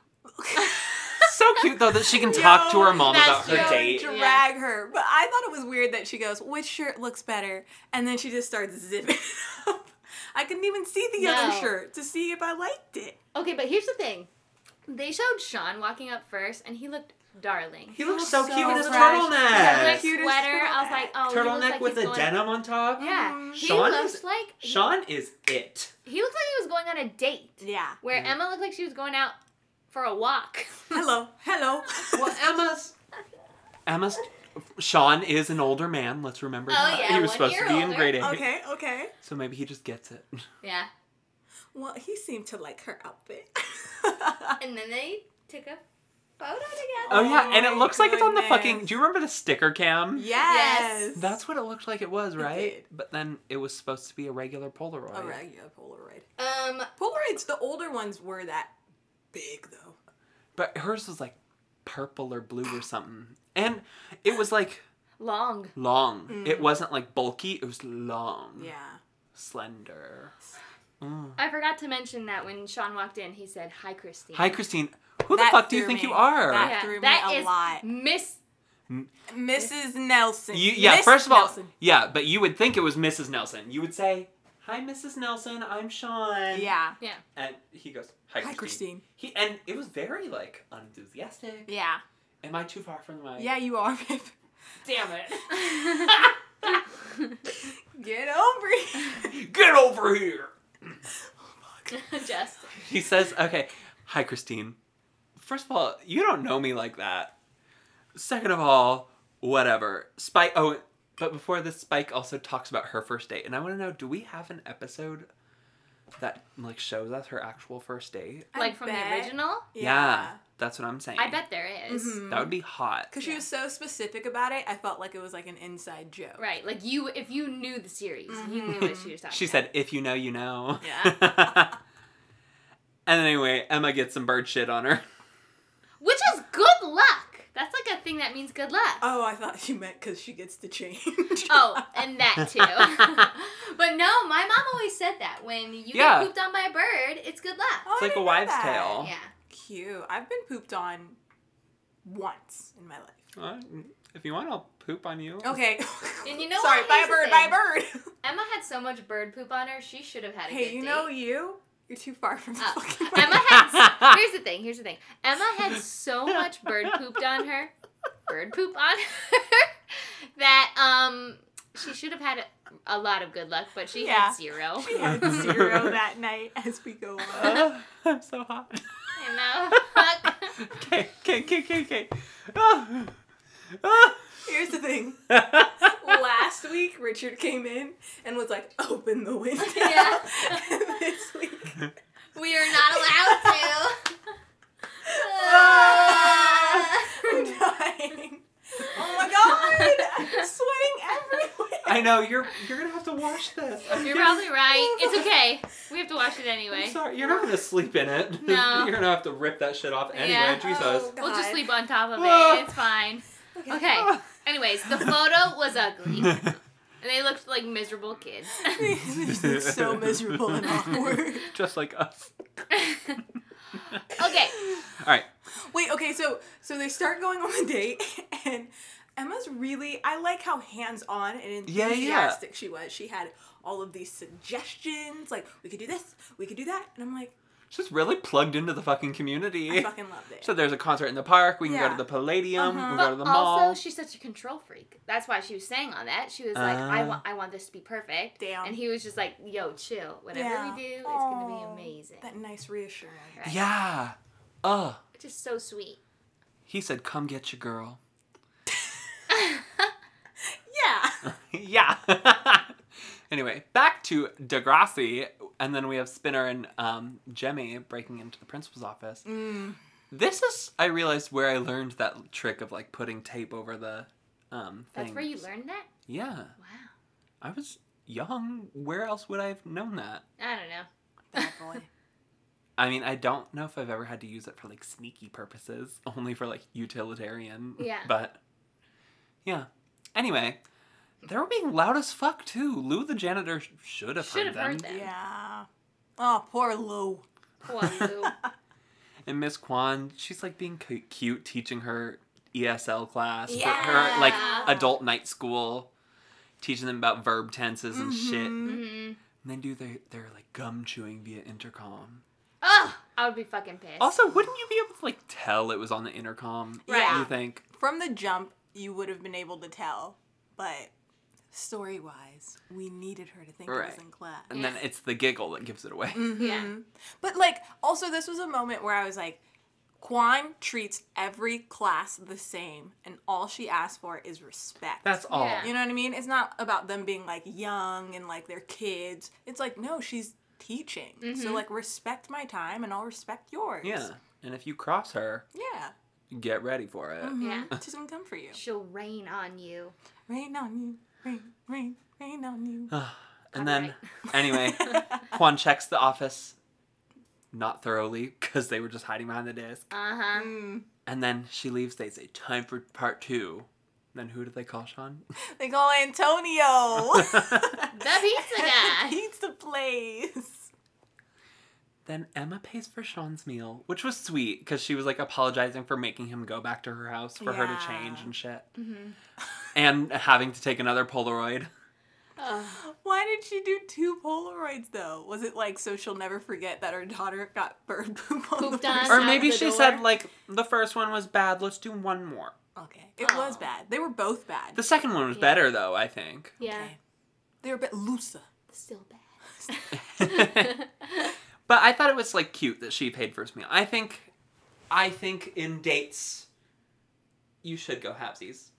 [SPEAKER 3] so cute though that she can talk to her
[SPEAKER 1] Yo,
[SPEAKER 3] mom about
[SPEAKER 2] that's
[SPEAKER 3] her
[SPEAKER 2] so
[SPEAKER 3] date.
[SPEAKER 2] true.
[SPEAKER 1] Drag her. But I thought it was weird that she goes, which shirt looks better? And then she just starts zipping it up. I couldn't even see the other
[SPEAKER 2] No.
[SPEAKER 1] shirt to see if I liked it.
[SPEAKER 2] Okay, but here's the thing. They showed Sean walking up first, and he looked darling.
[SPEAKER 3] He
[SPEAKER 1] looks so
[SPEAKER 2] fresh.
[SPEAKER 1] Yeah,
[SPEAKER 2] Like
[SPEAKER 1] Yes. Cutest
[SPEAKER 2] sweater. I was like, oh, he looks like he's going- Mm-hmm.
[SPEAKER 3] on top.
[SPEAKER 2] Yeah,
[SPEAKER 1] Mhm.
[SPEAKER 2] he
[SPEAKER 3] Sean
[SPEAKER 2] looks
[SPEAKER 3] is-
[SPEAKER 2] like he-
[SPEAKER 3] Sean is it.
[SPEAKER 2] He, looked like he was going on a date.
[SPEAKER 1] Yeah.
[SPEAKER 2] Where Emma looked like she was going out for a walk.
[SPEAKER 1] Hello. Hello.
[SPEAKER 3] Well, Emma's Emma's Sean is an older man. Let's remember
[SPEAKER 2] Oh,
[SPEAKER 3] that
[SPEAKER 2] yeah,
[SPEAKER 3] he was
[SPEAKER 2] one
[SPEAKER 3] supposed to
[SPEAKER 2] year
[SPEAKER 3] be in
[SPEAKER 2] older.
[SPEAKER 3] grade eight,
[SPEAKER 1] okay, okay.
[SPEAKER 3] so maybe he just gets it.
[SPEAKER 2] yeah.
[SPEAKER 1] Well, he seemed to like her outfit.
[SPEAKER 2] And then they took a photo together.
[SPEAKER 3] Oh yeah, and it
[SPEAKER 1] my
[SPEAKER 3] looks like it's on the fucking.
[SPEAKER 1] goodness.
[SPEAKER 3] Do you remember the sticker cam?
[SPEAKER 1] yes.
[SPEAKER 3] That's what it looked like it was, right?
[SPEAKER 1] did. Oh,
[SPEAKER 3] but then it was supposed to be a regular Polaroid.
[SPEAKER 1] a regular Polaroid.
[SPEAKER 2] Um,
[SPEAKER 1] Polaroids, the older ones were that big though.
[SPEAKER 3] But hers was like purple or blue or something. And it was like
[SPEAKER 2] long.
[SPEAKER 3] long. It wasn't like bulky, it was
[SPEAKER 2] Mm.
[SPEAKER 3] long.
[SPEAKER 1] Mm. Yeah.
[SPEAKER 3] Slender.
[SPEAKER 2] I forgot to mention that when Sean walked in, he said, "Hi, Christine."
[SPEAKER 3] Hi, Christine. Who
[SPEAKER 1] That
[SPEAKER 3] the fuck do you
[SPEAKER 1] threw
[SPEAKER 3] think
[SPEAKER 1] me.
[SPEAKER 3] you are?
[SPEAKER 1] That-
[SPEAKER 2] Yeah,
[SPEAKER 1] threw me
[SPEAKER 2] that
[SPEAKER 1] a
[SPEAKER 2] is
[SPEAKER 1] lot.
[SPEAKER 2] Miss.
[SPEAKER 1] Mrs. Nelson.
[SPEAKER 3] You, yeah,
[SPEAKER 1] Miss
[SPEAKER 3] first of all,
[SPEAKER 1] Nelson.
[SPEAKER 3] yeah, but you would think it was Mrs. Nelson. You would say, Hi, Mrs. Nelson, I'm Sean.
[SPEAKER 1] Yeah.
[SPEAKER 2] Yeah.
[SPEAKER 3] And he goes, Hi,
[SPEAKER 1] Hi,
[SPEAKER 3] Christine. He, and it was very, like, unenthusiastic.
[SPEAKER 1] Yeah.
[SPEAKER 3] Am I too far from the mic?
[SPEAKER 1] Yeah, you are. babe.
[SPEAKER 3] Damn it.
[SPEAKER 1] Get over it.
[SPEAKER 3] Get over here.
[SPEAKER 2] Just.
[SPEAKER 3] He says, okay, hi, Christine. First of all, you don't know me like that. Second of all, whatever. Spike, oh, but before this, Spike also talks about her first date. And I want to know do we have an episode that, like, shows us her actual first date?
[SPEAKER 1] I
[SPEAKER 2] like from the
[SPEAKER 1] bet.
[SPEAKER 2] original.
[SPEAKER 3] that's what I'm saying.
[SPEAKER 2] I bet there is.
[SPEAKER 3] That would be hot.
[SPEAKER 1] Because Mm-hmm. she was so specific about it, I felt like it was like an inside joke.
[SPEAKER 2] Right, like you, if you knew the series, you knew what she was talking.
[SPEAKER 3] She
[SPEAKER 2] about.
[SPEAKER 3] said, if you know, you know.
[SPEAKER 2] Yeah.
[SPEAKER 3] and anyway, Emma gets some bird shit on her.
[SPEAKER 2] which is good luck. That's like a thing that means good luck.
[SPEAKER 1] Oh, I thought you meant because she gets to change.
[SPEAKER 2] oh, and that too. but no, my mom always said that when you
[SPEAKER 3] Yeah.
[SPEAKER 2] get pooped on by a bird, it's good luck.
[SPEAKER 1] Oh,
[SPEAKER 3] It's
[SPEAKER 1] I
[SPEAKER 3] like
[SPEAKER 1] didn't
[SPEAKER 3] a
[SPEAKER 1] know
[SPEAKER 3] wives'
[SPEAKER 1] that.
[SPEAKER 3] tale.
[SPEAKER 2] Yeah,
[SPEAKER 1] Cute. I've been pooped on once in my life.
[SPEAKER 3] Uh, if you want, I'll poop on you.
[SPEAKER 1] Okay.
[SPEAKER 2] And you know
[SPEAKER 1] Sorry,
[SPEAKER 2] what?
[SPEAKER 1] by
[SPEAKER 2] Here's
[SPEAKER 1] a
[SPEAKER 2] the
[SPEAKER 1] bird,
[SPEAKER 2] thing.
[SPEAKER 1] by a bird.
[SPEAKER 2] Emma had so much bird poop on her. She should have had a good
[SPEAKER 1] hey, you
[SPEAKER 2] date.
[SPEAKER 1] know you? You're too far from the
[SPEAKER 2] Oh.
[SPEAKER 1] fucking
[SPEAKER 2] Emma had. Here's the thing. Here's the thing. Emma had so much bird pooped on her, bird poop on her, that um she should have had a, a lot of good luck, but she
[SPEAKER 1] Yeah.
[SPEAKER 2] had zero.
[SPEAKER 1] She had zero that night as we go on.
[SPEAKER 3] Uh, I'm so hot.
[SPEAKER 2] You know.
[SPEAKER 3] Okay, okay, okay, okay, okay.
[SPEAKER 1] Here's the thing.
[SPEAKER 3] Ah.
[SPEAKER 1] Last week, Richard came in and was like, open the window.
[SPEAKER 2] Yeah.
[SPEAKER 1] and this week,
[SPEAKER 2] we are not allowed to.
[SPEAKER 1] I'm dying. Ah. Oh my god! I'm sweating everywhere.
[SPEAKER 3] I know you're you're gonna have to wash this. I'm
[SPEAKER 2] You're
[SPEAKER 3] getting-
[SPEAKER 2] probably right. It's okay. We have to wash it
[SPEAKER 3] I'm
[SPEAKER 2] anyway.
[SPEAKER 3] sorry, you're not gonna sleep in it.
[SPEAKER 2] No.
[SPEAKER 3] you're gonna have to rip that shit off anyway.
[SPEAKER 2] Yeah.
[SPEAKER 3] Jesus.
[SPEAKER 1] Oh, God.
[SPEAKER 2] We'll just sleep on top of
[SPEAKER 3] Ah.
[SPEAKER 2] it. It's fine. Oh, Okay. Anyways, the photo was ugly. And they looked like miserable kids.
[SPEAKER 1] it's so miserable and awkward.
[SPEAKER 3] Just like us.
[SPEAKER 2] okay.
[SPEAKER 3] All right.
[SPEAKER 1] Wait, okay, so so they start going on the date, and Emma's really. I like how hands on and
[SPEAKER 3] Yeah, yeah.
[SPEAKER 1] enthusiastic she was. She had all of these suggestions, like we could do this, we could do that, and I'm like,
[SPEAKER 3] Just really plugged into the fucking community.
[SPEAKER 1] I fucking loved it.
[SPEAKER 3] so there's a concert in the park. We can go
[SPEAKER 1] Yeah.
[SPEAKER 3] to the
[SPEAKER 1] Uh-huh.
[SPEAKER 3] Palladium. We can go to
[SPEAKER 2] But
[SPEAKER 3] the mall.
[SPEAKER 2] also, she's such a control freak. That's why she was saying all that. She was like, I,
[SPEAKER 3] Ah.
[SPEAKER 2] wa- I want this to be perfect.
[SPEAKER 1] Damn.
[SPEAKER 2] And he was just like, yo, chill. Whatever
[SPEAKER 1] Yeah.
[SPEAKER 2] we do, it's going to
[SPEAKER 1] Aw,
[SPEAKER 2] be amazing.
[SPEAKER 1] That nice reassurance.
[SPEAKER 2] Right.
[SPEAKER 3] yeah. Uh.
[SPEAKER 2] Which is so sweet.
[SPEAKER 3] He said, "Come get your girl." yeah. anyway, back to Degrassi, and then we have Spinner and um, Jemmy breaking into the principal's office.
[SPEAKER 2] Mm.
[SPEAKER 3] This is, I realized, where I learned that trick of like putting tape over the um, thing.
[SPEAKER 2] That's where you learned that?
[SPEAKER 3] Yeah.
[SPEAKER 2] Wow.
[SPEAKER 3] I was young. Where else would I have known that?
[SPEAKER 2] I don't know.
[SPEAKER 1] Bad boy.
[SPEAKER 3] I mean, I don't know if I've ever had to use it for like sneaky purposes, only for like utilitarian.
[SPEAKER 2] Yeah.
[SPEAKER 3] But yeah. Anyway, they were being loud as fuck too. Lou the janitor sh- should have
[SPEAKER 2] Should
[SPEAKER 3] heard
[SPEAKER 2] have
[SPEAKER 3] them.
[SPEAKER 2] heard them.
[SPEAKER 1] Yeah. Oh, poor Lou.
[SPEAKER 2] Poor Lou.
[SPEAKER 3] And Miss Kwan, she's like being cu- cute, teaching her ESL class, her- her like
[SPEAKER 2] Yeah.
[SPEAKER 3] adult night school, teaching them about verb tenses and shit. And
[SPEAKER 1] Mhm.
[SPEAKER 2] Mhm.
[SPEAKER 3] they do their their like gum chewing via intercom.
[SPEAKER 2] Ugh, I would be fucking pissed.
[SPEAKER 3] Also, wouldn't you be able to like tell it was on the intercom?
[SPEAKER 2] Right.
[SPEAKER 3] You think?
[SPEAKER 1] From the jump, you would have been able to tell, but story wise, we needed her to think it
[SPEAKER 3] Right.
[SPEAKER 1] was in class. Mm-hmm.
[SPEAKER 3] And
[SPEAKER 2] Yeah. Mm.
[SPEAKER 3] then it's the giggle that gives it away.
[SPEAKER 2] yeah.
[SPEAKER 3] mm-hmm.
[SPEAKER 1] But like, also, this was a moment where I was like, Kwan treats every class the same, and all she asks for is respect.
[SPEAKER 3] That's all.
[SPEAKER 2] Yeah.
[SPEAKER 1] you know what I mean? It's not about them being like young and like they're kids. It's like no, she's teaching.
[SPEAKER 2] Mm-hmm.
[SPEAKER 1] So like, respect my time, and I'll respect yours.
[SPEAKER 3] Yeah. And if you cross her,
[SPEAKER 1] yeah,
[SPEAKER 3] get ready for it.
[SPEAKER 2] Yeah.
[SPEAKER 1] Mhm. She's gonna come for you.
[SPEAKER 2] She'll rain on you.
[SPEAKER 1] Rain on you, rain, rain, rain on you.
[SPEAKER 3] And then, anyway, Quan checks the office, not thoroughly, because they were just hiding behind the desk.
[SPEAKER 2] Uh huh.
[SPEAKER 1] Mm.
[SPEAKER 3] And then she leaves. They say, time for part two. Then who do they call, Sean?
[SPEAKER 1] They call Antonio.
[SPEAKER 2] The pizza guy.
[SPEAKER 1] He's the place.
[SPEAKER 3] then Emma pays for Sean's meal, which was sweet because she was like apologizing for making him go back to her house for her to
[SPEAKER 1] Yeah.
[SPEAKER 3] change and shit.
[SPEAKER 2] Mhm.
[SPEAKER 3] and having to take another Polaroid.
[SPEAKER 2] Ugh.
[SPEAKER 1] Why did she do two Polaroids though? Was it like so she'll never forget that her daughter got bird poop on
[SPEAKER 2] Pooped
[SPEAKER 1] the first?
[SPEAKER 2] on.
[SPEAKER 3] Or
[SPEAKER 2] out
[SPEAKER 3] maybe
[SPEAKER 2] the
[SPEAKER 3] she
[SPEAKER 2] door.
[SPEAKER 3] said, like, the first one was bad, let's do one more.
[SPEAKER 1] Okay, it was
[SPEAKER 2] Oh.
[SPEAKER 1] bad. They were both bad.
[SPEAKER 3] The second one was
[SPEAKER 2] Yeah.
[SPEAKER 3] better, though, I think.
[SPEAKER 2] Yeah.
[SPEAKER 1] Okay. They were Eh. a bit looser.
[SPEAKER 2] Still bad.
[SPEAKER 3] but I thought it was like cute that she paid for his meal. I think, I think in dates, you should go halvesies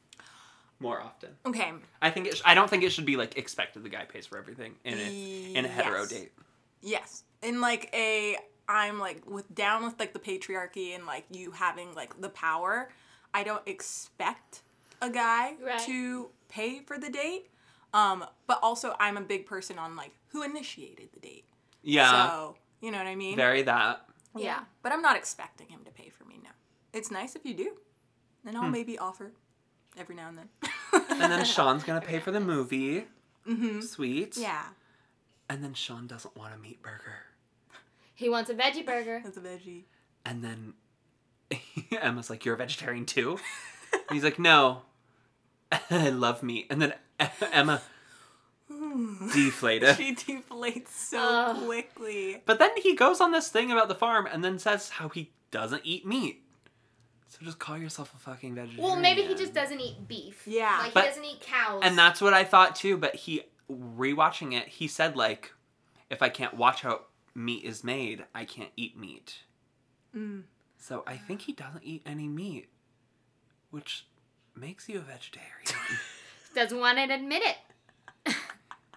[SPEAKER 3] more often.
[SPEAKER 1] Okay,
[SPEAKER 3] I think it. Sh- I don't think it should be like expected. The guy pays for everything in a in a hetero
[SPEAKER 1] Yes.
[SPEAKER 3] date.
[SPEAKER 1] yes, in like a I'm like with down with like the patriarchy and like you having like the power. I don't expect a guy
[SPEAKER 2] Right.
[SPEAKER 1] to pay for the date. Um, but also I'm a big person on like who initiated the date.
[SPEAKER 3] Yeah,
[SPEAKER 1] So you know what I mean.
[SPEAKER 3] Uh-huh. very that.
[SPEAKER 1] Yeah. But I'm not expecting him to pay for me now. It's nice if you do. And I'll maybe offer every now and then.
[SPEAKER 3] Hmm. And then Sean's gonna pay for the movie.
[SPEAKER 1] Mm-hmm.
[SPEAKER 3] Sweet.
[SPEAKER 1] yeah.
[SPEAKER 3] And then Sean doesn't want a meat burger.
[SPEAKER 2] He wants a veggie burger.
[SPEAKER 1] It's a veggie.
[SPEAKER 3] And then Emma's like, You're a vegetarian too? And he's like, No, I love meat. And then Emma deflated.
[SPEAKER 1] She deflates so
[SPEAKER 2] Ugh.
[SPEAKER 1] quickly.
[SPEAKER 3] But then he goes on this thing about the farm and then says how he doesn't eat meat. So just call yourself a fucking vegetarian.
[SPEAKER 2] Well, maybe he just doesn't eat beef.
[SPEAKER 1] Yeah.
[SPEAKER 2] Like
[SPEAKER 3] But-
[SPEAKER 2] he doesn't eat cows.
[SPEAKER 3] And that's what I thought too, but he, rewatching it, he said, like, if I can't watch how meat is made, I can't eat meat.
[SPEAKER 1] Mm.
[SPEAKER 3] So I think he doesn't eat any meat, which makes you a vegetarian.
[SPEAKER 2] doesn't want to admit it.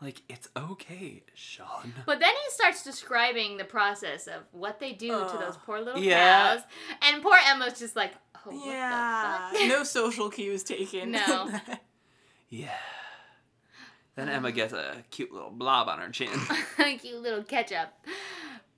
[SPEAKER 3] Like, it's okay, Sean.
[SPEAKER 2] But then he starts describing the process of what they do to
[SPEAKER 1] Ugh.
[SPEAKER 2] those poor little
[SPEAKER 3] Yeah.
[SPEAKER 2] cows, and poor Emma's just like, oh, what
[SPEAKER 1] yeah.
[SPEAKER 2] the fuck?
[SPEAKER 1] No social cues taken.
[SPEAKER 2] No.
[SPEAKER 3] Yeah.
[SPEAKER 1] Uh.
[SPEAKER 3] Then Emma gets a cute little blob on her chin.
[SPEAKER 2] cute little ketchup.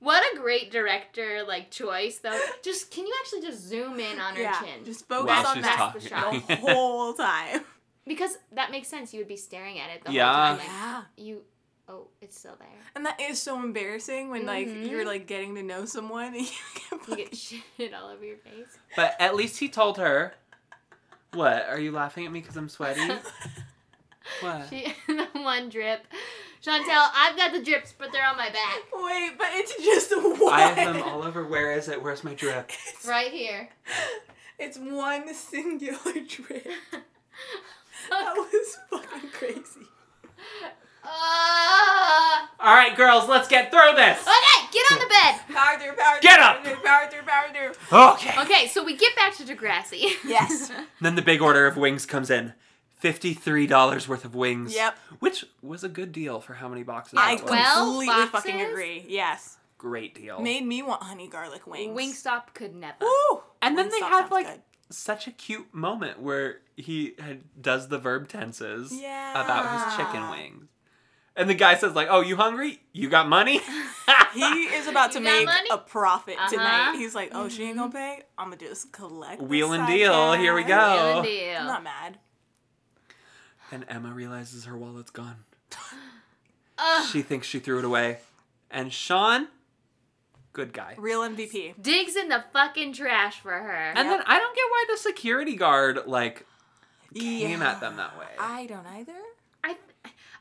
[SPEAKER 2] What a great director like choice though. Just can you actually just zoom in on her
[SPEAKER 1] yeah.
[SPEAKER 2] chin?
[SPEAKER 1] Just focus
[SPEAKER 3] While
[SPEAKER 1] on
[SPEAKER 3] she's
[SPEAKER 1] that
[SPEAKER 3] talking.
[SPEAKER 1] the whole time.
[SPEAKER 2] because that makes sense. You would be staring at it the
[SPEAKER 3] Yeah.
[SPEAKER 2] whole time. Like,
[SPEAKER 1] yeah.
[SPEAKER 2] you oh, it's still there.
[SPEAKER 1] And that is so embarrassing when like
[SPEAKER 2] Mhm.
[SPEAKER 1] you're like getting to know someone and you get
[SPEAKER 2] You
[SPEAKER 1] fucking
[SPEAKER 2] get shit all over your face.
[SPEAKER 3] But at least he told her. What? Are you laughing at me because I'm sweaty? What?
[SPEAKER 2] She the one drip. Chantel, I've got the drips, but they're on my back.
[SPEAKER 1] Wait, but it's just one.
[SPEAKER 3] I have them all over. Where is it? Where's my drip?
[SPEAKER 2] Right here.
[SPEAKER 1] It's one singular drip. That was fucking crazy.
[SPEAKER 2] Ah!
[SPEAKER 3] All right, girls, let's get through this.
[SPEAKER 2] okay, get on the bed.
[SPEAKER 1] Power through, power
[SPEAKER 3] Get
[SPEAKER 1] through,
[SPEAKER 3] up!
[SPEAKER 1] power through, power through, power through.
[SPEAKER 3] Okay.
[SPEAKER 2] Okay, so we get back to Degrassi.
[SPEAKER 1] Yes.
[SPEAKER 3] Then the big order of wings comes in. $53 worth of wings.
[SPEAKER 1] Yep.
[SPEAKER 3] Which was a good deal for how many boxes?
[SPEAKER 1] I
[SPEAKER 3] that was.
[SPEAKER 2] Well-
[SPEAKER 1] completely fucking
[SPEAKER 2] boxes?
[SPEAKER 1] agree. Yes.
[SPEAKER 3] Great deal.
[SPEAKER 1] Made me want honey garlic wings.
[SPEAKER 2] Wingstop could never.
[SPEAKER 1] Ooh.
[SPEAKER 3] And then they
[SPEAKER 1] Wingstop
[SPEAKER 3] had,
[SPEAKER 1] sounds
[SPEAKER 3] like-
[SPEAKER 1] good.
[SPEAKER 3] Such a cute moment where he had, does the verb tenses
[SPEAKER 1] yeah.
[SPEAKER 3] about his chicken wings. And the guy says, like, oh, you hungry? You got money?
[SPEAKER 1] He is about to
[SPEAKER 2] You got
[SPEAKER 1] make
[SPEAKER 2] money?
[SPEAKER 1] a profit
[SPEAKER 2] Uh-huh.
[SPEAKER 1] tonight. He's like, oh, she ain't gonna pay. I'm gonna just collect. this
[SPEAKER 3] Wheel and
[SPEAKER 1] side
[SPEAKER 3] deal, here we
[SPEAKER 1] cash."
[SPEAKER 3] go.
[SPEAKER 2] Real
[SPEAKER 3] Oh.
[SPEAKER 2] deal.
[SPEAKER 1] I'm not mad.
[SPEAKER 3] and Emma realizes her wallet's gone.
[SPEAKER 2] Ugh.
[SPEAKER 3] She thinks she threw it away. And Sean, good guy.
[SPEAKER 1] Real MVP.
[SPEAKER 2] digs in the fucking trash for her.
[SPEAKER 3] And then I don't get why the security guard, like, came
[SPEAKER 1] Yeah.
[SPEAKER 3] at them that way.
[SPEAKER 1] I don't either.
[SPEAKER 2] I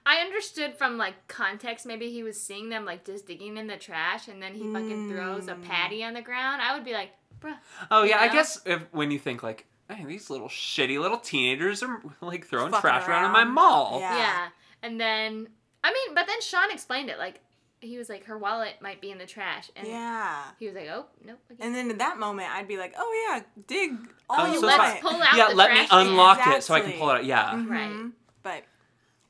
[SPEAKER 2] I understood from like context maybe he was seeing them like just digging in the trash and then he fucking throws
[SPEAKER 1] Hmm.
[SPEAKER 2] a patty on the ground. I would be like, bruh.
[SPEAKER 3] Oh yeah, I
[SPEAKER 2] Yeah.
[SPEAKER 3] guess if when you think like, hey, these little shitty little teenagers are like throwing
[SPEAKER 1] Fucking
[SPEAKER 3] trash around. in my
[SPEAKER 1] around."
[SPEAKER 3] mall.
[SPEAKER 1] Yeah.
[SPEAKER 2] Yeah. And then I mean, but then Sean explained it like he was like her wallet might be in the trash and
[SPEAKER 1] Yeah.
[SPEAKER 2] he was like, "Oh, nope." okay."
[SPEAKER 1] And then at that moment, I'd be like, oh yeah, dig all
[SPEAKER 3] Oh,
[SPEAKER 1] you
[SPEAKER 3] so
[SPEAKER 1] want.
[SPEAKER 3] it's
[SPEAKER 2] Let's pull out
[SPEAKER 3] yeah,
[SPEAKER 2] the
[SPEAKER 3] let me
[SPEAKER 2] trash can.
[SPEAKER 3] unlock it so I can
[SPEAKER 1] Exactly.
[SPEAKER 3] pull it out. Yeah.
[SPEAKER 2] Right.
[SPEAKER 1] Mhm. But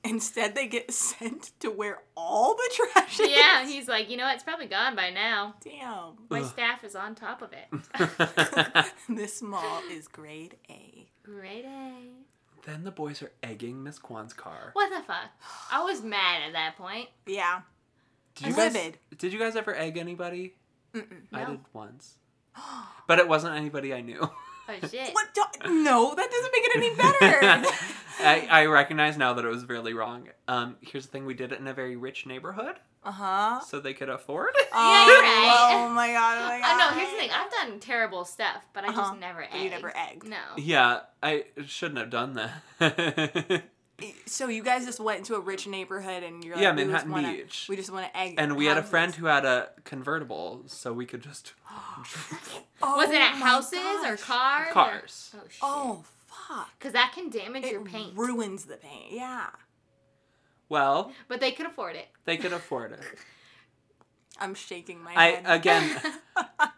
[SPEAKER 1] instead, they get sent to where all the trash is.
[SPEAKER 2] Yeah, he's like, "You know what? It's probably gone by now.
[SPEAKER 1] Damn.
[SPEAKER 2] My
[SPEAKER 3] Ugh.
[SPEAKER 2] staff is on top of it."
[SPEAKER 1] This mall is grade A.
[SPEAKER 2] Great A.
[SPEAKER 3] then the boys are egging Miss Kwan's car.
[SPEAKER 2] What the fuck? I was mad at that point.
[SPEAKER 1] Yeah.
[SPEAKER 3] Did you
[SPEAKER 1] Livid.
[SPEAKER 3] guys? Did you guys ever egg anybody?
[SPEAKER 1] Mm-mm.
[SPEAKER 3] I
[SPEAKER 2] No.
[SPEAKER 3] did once, but it wasn't anybody I knew.
[SPEAKER 2] Oh shit.
[SPEAKER 1] What? do- no, that doesn't make it any better.
[SPEAKER 3] I, I recognize now that it was really wrong. Um, here's the thing: we did it in a very rich neighborhood,
[SPEAKER 1] uh huh.
[SPEAKER 3] so they could afford.
[SPEAKER 1] oh,
[SPEAKER 2] you're right.
[SPEAKER 1] Oh my god. Oh my
[SPEAKER 2] Oh
[SPEAKER 1] god.
[SPEAKER 2] no, here's the thing. I've done terrible stuff, but I
[SPEAKER 1] Uh-huh.
[SPEAKER 2] just never egged.
[SPEAKER 1] But you never egged.
[SPEAKER 2] No.
[SPEAKER 3] yeah, I shouldn't have done that.
[SPEAKER 1] So you guys just went into a rich neighborhood and you're like,
[SPEAKER 3] Yeah,
[SPEAKER 1] we just
[SPEAKER 3] Manhattan
[SPEAKER 1] wanna-
[SPEAKER 3] Beach.
[SPEAKER 1] We just want to egg.
[SPEAKER 3] and we had a
[SPEAKER 1] houses.
[SPEAKER 3] friend who had a convertible, so we could just
[SPEAKER 1] Oh
[SPEAKER 2] Was it at
[SPEAKER 1] my
[SPEAKER 2] houses or
[SPEAKER 1] gosh.
[SPEAKER 2] cars? or-
[SPEAKER 3] cars.
[SPEAKER 2] Oh shit.
[SPEAKER 1] Oh fuck!
[SPEAKER 2] Because that can damage
[SPEAKER 1] It
[SPEAKER 2] your paint.
[SPEAKER 1] ruins the paint. Yeah,
[SPEAKER 3] Well,
[SPEAKER 2] but they could afford it.
[SPEAKER 3] they could afford it.
[SPEAKER 1] I'm shaking my
[SPEAKER 3] I uh,
[SPEAKER 1] head.
[SPEAKER 3] again,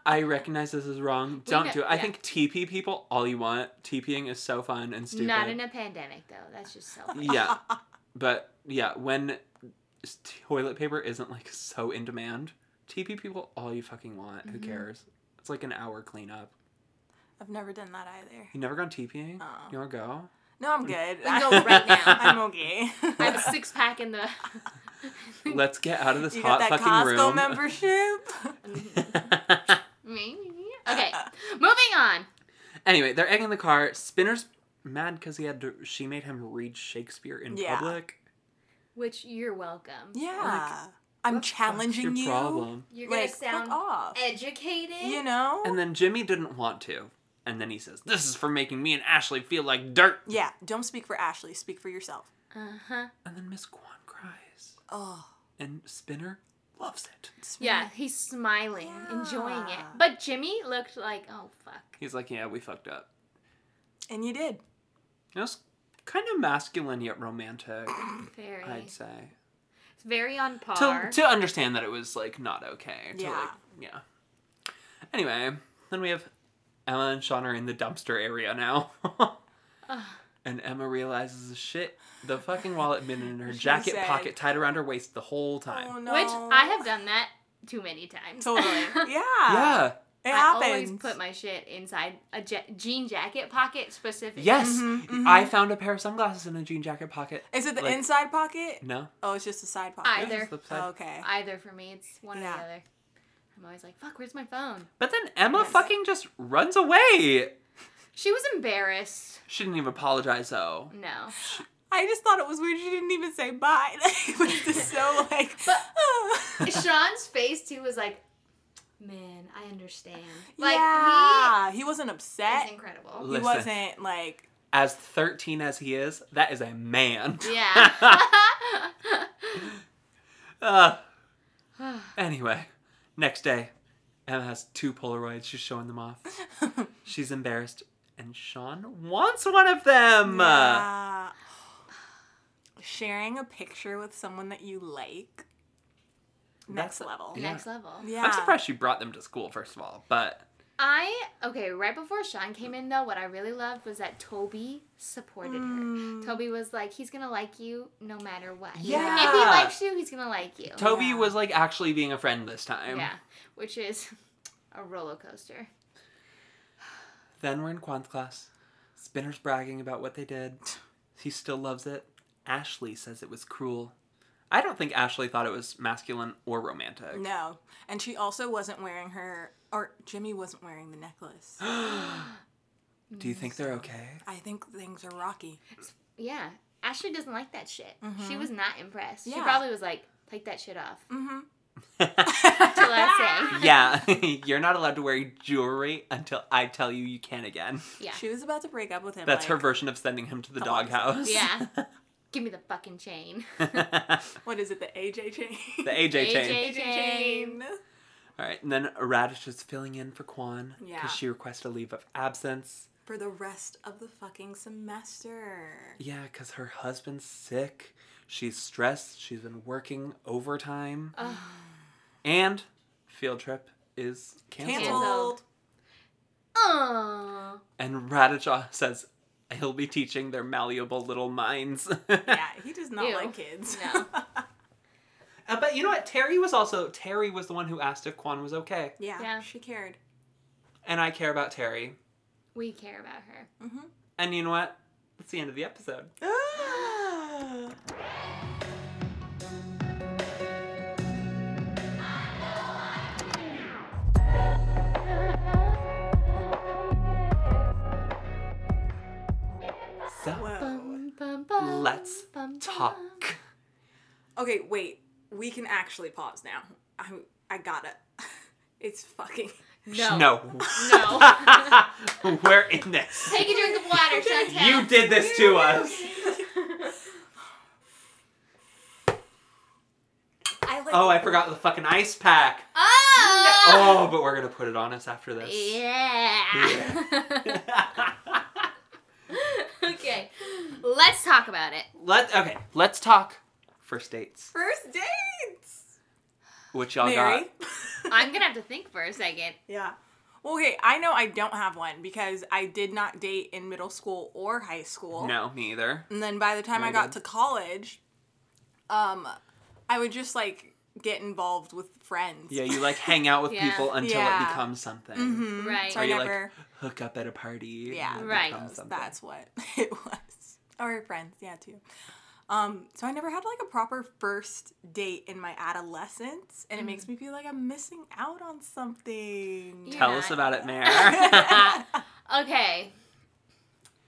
[SPEAKER 3] I recognize this is wrong. Don't
[SPEAKER 2] know-
[SPEAKER 3] do it. I
[SPEAKER 2] yeah.
[SPEAKER 3] think TP people all you want. TPing is so fun and stupid.
[SPEAKER 2] Not in a pandemic though. That's just selfish.
[SPEAKER 3] yeah, but yeah, when s- toilet paper isn't like so in demand, TP people all you fucking want. Who cares? It's like an hour cleanup.
[SPEAKER 1] I've never done that either.
[SPEAKER 3] You never gone TPing?
[SPEAKER 1] Uh-uh.
[SPEAKER 3] You wanna go?
[SPEAKER 1] No, I'm good.
[SPEAKER 2] can go right now.
[SPEAKER 1] I'm okay.
[SPEAKER 2] I have a six pack in the.
[SPEAKER 3] Let's get out of this
[SPEAKER 1] you got
[SPEAKER 3] hot
[SPEAKER 1] that
[SPEAKER 3] fucking
[SPEAKER 1] Costco
[SPEAKER 3] room.
[SPEAKER 1] membership?
[SPEAKER 2] Maybe. Okay. Moving on.
[SPEAKER 3] Anyway, they're egging the car. Spinner's mad because he had to, she made him read Shakespeare in
[SPEAKER 1] Yeah.
[SPEAKER 3] public.
[SPEAKER 2] Which you're welcome.
[SPEAKER 1] yeah, I'm challenging
[SPEAKER 3] What's
[SPEAKER 1] you.
[SPEAKER 3] your problem?
[SPEAKER 2] You're gonna
[SPEAKER 1] Like, fuck
[SPEAKER 2] sound
[SPEAKER 1] off.
[SPEAKER 2] educated.
[SPEAKER 1] You know?
[SPEAKER 3] And then Jimmy didn't want to, and then he says, "This is for making me and Ashley feel like dirt."
[SPEAKER 1] yeah. Don't speak for Ashley. Speak for yourself.
[SPEAKER 2] Uh huh.
[SPEAKER 3] And then Miss Kwan cries,
[SPEAKER 1] Oh,
[SPEAKER 3] and Spinner loves it.
[SPEAKER 1] it's
[SPEAKER 2] Yeah, he's smiling, enjoying it.
[SPEAKER 1] Yeah.
[SPEAKER 2] But Jimmy looked like, oh fuck.
[SPEAKER 3] He's like, "Yeah, we fucked up."
[SPEAKER 1] really- And you did.
[SPEAKER 3] It was kind of masculine yet romantic,
[SPEAKER 2] Very.
[SPEAKER 3] I'd say.
[SPEAKER 2] It's very on
[SPEAKER 3] To
[SPEAKER 2] par.
[SPEAKER 3] to understand that it was like not okay. To
[SPEAKER 1] Yeah.
[SPEAKER 3] like yeah. Anyway, then we have Emma and Sean are in the dumpster area now. And Emma realizes shit. The fucking wallet been in her jacket
[SPEAKER 1] said-
[SPEAKER 3] pocket, tied around her waist the whole time.
[SPEAKER 1] Oh no.
[SPEAKER 2] Which I have done that too many times.
[SPEAKER 1] totally. Yeah.
[SPEAKER 3] Yeah.
[SPEAKER 1] It
[SPEAKER 2] I
[SPEAKER 1] happens.
[SPEAKER 2] always put my shit inside a ja- jean jacket pocket specifically.
[SPEAKER 3] Yes.
[SPEAKER 1] Mm-hmm,
[SPEAKER 3] I found a pair of sunglasses in a jean jacket pocket.
[SPEAKER 1] Is it the
[SPEAKER 3] Like-
[SPEAKER 1] inside pocket?
[SPEAKER 3] No.
[SPEAKER 1] Oh, it's just a side pocket.
[SPEAKER 2] Either.
[SPEAKER 3] It's the side-
[SPEAKER 1] Oh, Okay.
[SPEAKER 2] Either for me, it's one or
[SPEAKER 1] Yeah.
[SPEAKER 2] the other. I'm always like, fuck, where's my phone?
[SPEAKER 3] But then Emma fucking just runs away.
[SPEAKER 2] She was embarrassed.
[SPEAKER 3] She didn't even apologize though.
[SPEAKER 2] No.
[SPEAKER 1] I just thought it was weird. She didn't even say bye. Like, it was just so like.
[SPEAKER 2] But- Sean's face too was like, man, I understand. Like
[SPEAKER 1] yeah, he, wasn't
[SPEAKER 2] he is
[SPEAKER 1] upset.
[SPEAKER 2] incredible.
[SPEAKER 1] He
[SPEAKER 3] Listen.
[SPEAKER 1] wasn't like.
[SPEAKER 3] As 13 as he is, that is a man.
[SPEAKER 2] Yeah.
[SPEAKER 3] Uh, anyway, next day, Emma has two Polaroids. She's showing them off. She's embarrassed, and Sean wants one of them.
[SPEAKER 1] yeah. sharing a picture with someone that you like. Next
[SPEAKER 3] That's-
[SPEAKER 1] level.
[SPEAKER 3] Yeah.
[SPEAKER 2] Next level.
[SPEAKER 1] Yeah.
[SPEAKER 3] I'm surprised she brought them to school, first of all, but
[SPEAKER 2] I okay, right before Sean came in though, what I really loved was that Toby supported
[SPEAKER 1] Mm.
[SPEAKER 2] her. Toby was like, he's gonna like you no matter what. He's like, if he
[SPEAKER 3] Yeah.
[SPEAKER 2] likes you, he's gonna like you.
[SPEAKER 3] Toby
[SPEAKER 1] Oh, Yeah.
[SPEAKER 3] was like actually being a friend this time.
[SPEAKER 2] yeah, which is a roller coaster.
[SPEAKER 3] Then we're in quant class. Spinner's bragging about what they did. He still loves it. Ashley says it was cruel. I don't think Ashley thought it was masculine or romantic.
[SPEAKER 1] No. And she also wasn't wearing her, or Jimmy wasn't wearing the necklace.
[SPEAKER 3] Do you think they're okay?
[SPEAKER 1] I think things are rocky.
[SPEAKER 2] Yeah, Ashley doesn't like that shit. She
[SPEAKER 3] Mm-hmm.
[SPEAKER 2] was not impressed. She
[SPEAKER 1] Yeah.
[SPEAKER 2] probably was like, take that shit off.
[SPEAKER 1] mm-hmm.
[SPEAKER 2] Till I say.
[SPEAKER 3] yeah, you're not allowed to wear jewelry until I tell you you can again.
[SPEAKER 2] Yeah.
[SPEAKER 1] She was about to break up with him.
[SPEAKER 3] That's her
[SPEAKER 1] like,
[SPEAKER 3] version of sending him to the
[SPEAKER 1] Couple
[SPEAKER 3] doghouse.
[SPEAKER 2] Yeah. Give me the fucking chain.
[SPEAKER 3] the
[SPEAKER 1] What is it, the AJ chain?
[SPEAKER 3] AJ chain.
[SPEAKER 2] AJ chain.
[SPEAKER 3] All right, and then Radish is filling in for Kwan because
[SPEAKER 1] Yeah.
[SPEAKER 3] she requests a leave of absence.
[SPEAKER 1] For the rest of the fucking semester.
[SPEAKER 3] Yeah, because her husband's sick. She's stressed. She's been working overtime.
[SPEAKER 2] Ugh.
[SPEAKER 3] And field trip is canceled.
[SPEAKER 1] Canceled.
[SPEAKER 2] Oh.
[SPEAKER 3] And Radishaw says he'll be teaching their malleable little minds.
[SPEAKER 1] yeah, he does not
[SPEAKER 2] Ew.
[SPEAKER 1] like kids.
[SPEAKER 2] No.
[SPEAKER 3] Uh, but you know what? Terry was also Terry was the one who asked if Kwan was okay,
[SPEAKER 1] yeah,
[SPEAKER 2] Yeah.
[SPEAKER 1] she cared.
[SPEAKER 3] and I care about Terry.
[SPEAKER 2] We care about her.
[SPEAKER 3] Oh. And you know what? That's the end of the episode. So
[SPEAKER 1] Whoa.
[SPEAKER 2] Bum, bum, bum,
[SPEAKER 3] let's
[SPEAKER 2] bum, bum.
[SPEAKER 3] talk.
[SPEAKER 1] Okay, wait. We can actually pause now. I I gotta. It's fucking.
[SPEAKER 2] No.
[SPEAKER 3] No.
[SPEAKER 2] No.
[SPEAKER 3] We're in this.
[SPEAKER 2] Take a drink of water, Chantel.
[SPEAKER 3] You did this to us.
[SPEAKER 1] I like.
[SPEAKER 3] Oh, I forgot the fucking ice pack.
[SPEAKER 2] Oh.
[SPEAKER 3] Oh, but we're gonna put it on us after this.
[SPEAKER 2] Yeah. okay. Let's talk about it.
[SPEAKER 3] Let okay. Let's talk first dates.
[SPEAKER 1] First dates.
[SPEAKER 3] What y'all
[SPEAKER 1] Mary.
[SPEAKER 3] got?
[SPEAKER 2] I'm gonna have to think for a second.
[SPEAKER 1] yeah. Well, okay. I know I don't have one because I did not date in middle school or high school.
[SPEAKER 3] No, me either.
[SPEAKER 1] And then by the time
[SPEAKER 3] No,
[SPEAKER 1] I
[SPEAKER 3] I
[SPEAKER 1] got
[SPEAKER 3] didn't.
[SPEAKER 1] to college, um, I would just like get involved with friends.
[SPEAKER 3] Yeah, you like hang out with
[SPEAKER 2] Yeah.
[SPEAKER 3] people until
[SPEAKER 1] Yeah.
[SPEAKER 3] it becomes something.
[SPEAKER 1] Mhm.
[SPEAKER 2] Right.
[SPEAKER 1] So
[SPEAKER 3] Or
[SPEAKER 1] I
[SPEAKER 3] you
[SPEAKER 1] never.
[SPEAKER 3] like hook up at a party.
[SPEAKER 1] Yeah.
[SPEAKER 3] and it
[SPEAKER 2] Right.
[SPEAKER 3] becomes something.
[SPEAKER 1] That's what it was. Or friends, yeah, too. Um, so I never had like a proper first date in my adolescence, and it makes me feel like I'm missing out on something.
[SPEAKER 2] Yeah.
[SPEAKER 3] Tell us about it, Mare.
[SPEAKER 2] Okay.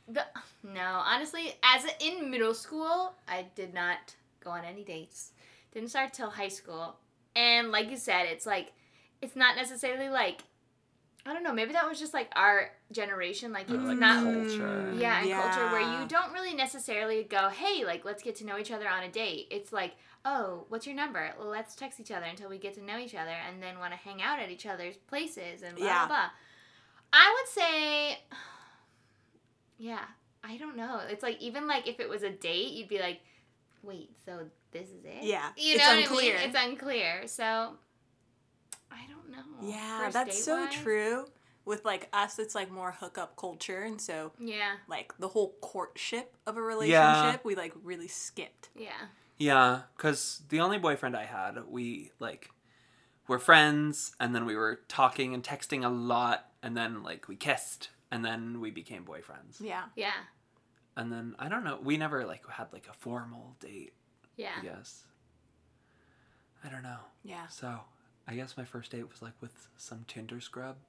[SPEAKER 2] The, no, honestly, as a, in middle school, I did not go on any dates. Didn't start till high school. And like you said, it's like it's not necessarily like I don't know, maybe that was just like our generation like it's
[SPEAKER 3] like
[SPEAKER 1] Mm.
[SPEAKER 2] not
[SPEAKER 3] culture.
[SPEAKER 2] Mm, yeah, and culture where
[SPEAKER 1] Yeah.
[SPEAKER 2] you don't really necessarily go, hey, like, let's get to know each other on a date. It's like, oh, what's your number? Let's text each other until we get to know each other and then want to hang out at each other's places and blah,
[SPEAKER 1] Yeah.
[SPEAKER 2] blah, blah. I would say, yeah, I don't know. It's like, even like if it was a date, you'd be like, wait, so this is it?
[SPEAKER 1] Yeah,
[SPEAKER 2] You
[SPEAKER 1] it's
[SPEAKER 2] know what
[SPEAKER 1] unclear.
[SPEAKER 2] I mean? It's unclear. So, I don't know.
[SPEAKER 1] Yeah,
[SPEAKER 2] First
[SPEAKER 1] that's so
[SPEAKER 2] date-wise?
[SPEAKER 1] true. With like us, it's like more hookup culture, and so
[SPEAKER 2] Yeah,
[SPEAKER 1] like the whole courtship of a relationship,
[SPEAKER 3] Yeah.
[SPEAKER 1] we like really skipped.
[SPEAKER 2] yeah.
[SPEAKER 3] yeah, because the only boyfriend I had, we like were friends, and then we were talking and texting a lot, and then like we kissed, and then we became boyfriends.
[SPEAKER 1] Yeah,
[SPEAKER 2] Yeah,
[SPEAKER 3] And then I don't know, we never like had like a formal date.
[SPEAKER 2] yeah.
[SPEAKER 3] I guess. I don't know.
[SPEAKER 1] yeah.
[SPEAKER 3] So I guess my first date was like with some Tinder scrub.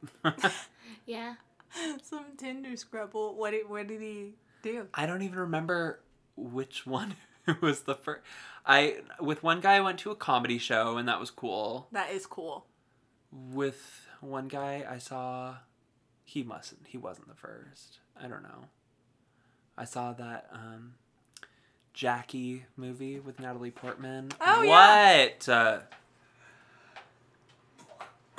[SPEAKER 2] Yeah.
[SPEAKER 1] Some Tinder scrabble. What did what did he do?
[SPEAKER 3] I don't even remember which one was the first. I with one guy I went to a comedy show and that was cool.
[SPEAKER 1] That is cool.
[SPEAKER 3] With one guy I saw, he mustn't. He wasn't the first. I don't know. I saw that um, Jackie movie with Natalie Portman.
[SPEAKER 1] Oh, yeah.
[SPEAKER 3] what? Uh,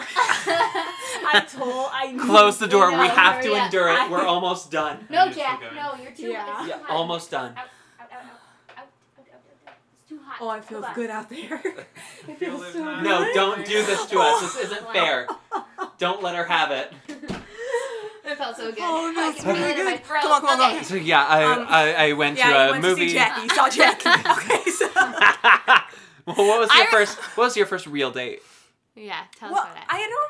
[SPEAKER 1] I told I
[SPEAKER 3] close the door. We
[SPEAKER 2] No,
[SPEAKER 3] have to
[SPEAKER 2] hurry up.
[SPEAKER 3] endure it. We're almost done.
[SPEAKER 2] No, Jack. No, you're too.
[SPEAKER 1] Yeah.
[SPEAKER 2] It's too
[SPEAKER 3] Yeah,
[SPEAKER 2] hot.
[SPEAKER 3] almost done.
[SPEAKER 2] Out, out, out, out, out, out, out, out. It's too hot.
[SPEAKER 1] Oh, I feel
[SPEAKER 2] Come on.
[SPEAKER 1] good out there. I feel so
[SPEAKER 3] No, don't do this to us. This isn't fair. Don't let her have it.
[SPEAKER 2] felt so good.
[SPEAKER 1] Oh, no,
[SPEAKER 2] I
[SPEAKER 1] it's
[SPEAKER 2] can feel
[SPEAKER 1] really
[SPEAKER 2] it in my
[SPEAKER 1] good.
[SPEAKER 2] throat.
[SPEAKER 1] Come on, come on, come on.
[SPEAKER 2] Okay.
[SPEAKER 3] So yeah, I,
[SPEAKER 1] Um,
[SPEAKER 3] I, I went to
[SPEAKER 1] yeah,
[SPEAKER 3] a
[SPEAKER 1] you went
[SPEAKER 3] movie.
[SPEAKER 1] to see Jackie. You saw Jackie. okay, so
[SPEAKER 3] well, what was your
[SPEAKER 2] I-
[SPEAKER 3] first? What was your first real date?
[SPEAKER 2] Yeah, tell us
[SPEAKER 1] well,
[SPEAKER 2] about that.
[SPEAKER 1] I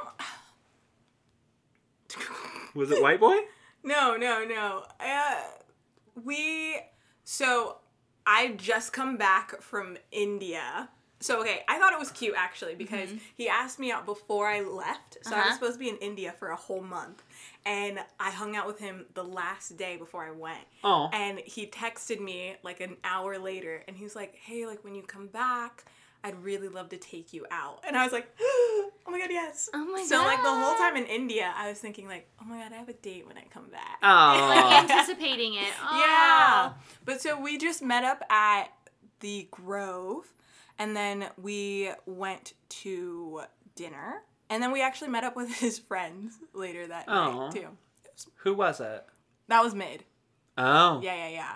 [SPEAKER 1] don't.
[SPEAKER 3] Was it white boy?
[SPEAKER 1] No, no, no. Uh, we so I just come back from India. So okay, I thought it was cute actually because he asked me out before I left. So I
[SPEAKER 2] Uh-huh.
[SPEAKER 1] was supposed to be in India for a whole month, and I hung out with him the last day before I went.
[SPEAKER 3] Oh,
[SPEAKER 1] And he texted me like an hour later and he was like, Hey, like when you come back, I'd really love to take you out. And I was like, Oh my god, yes.
[SPEAKER 2] Oh my
[SPEAKER 1] so like the whole
[SPEAKER 2] God.
[SPEAKER 1] time in India, I was thinking like, Oh my god, I have a date when I come back.
[SPEAKER 3] oh,
[SPEAKER 2] like anticipating it.
[SPEAKER 1] Yeah.
[SPEAKER 2] Oh.
[SPEAKER 1] But so we just met up at the Grove and then we went to dinner. And then we actually met up with his friends later that
[SPEAKER 3] Aw.
[SPEAKER 1] night too.
[SPEAKER 3] who was it?
[SPEAKER 1] That was mid.
[SPEAKER 3] Oh,
[SPEAKER 1] Yeah, yeah, yeah.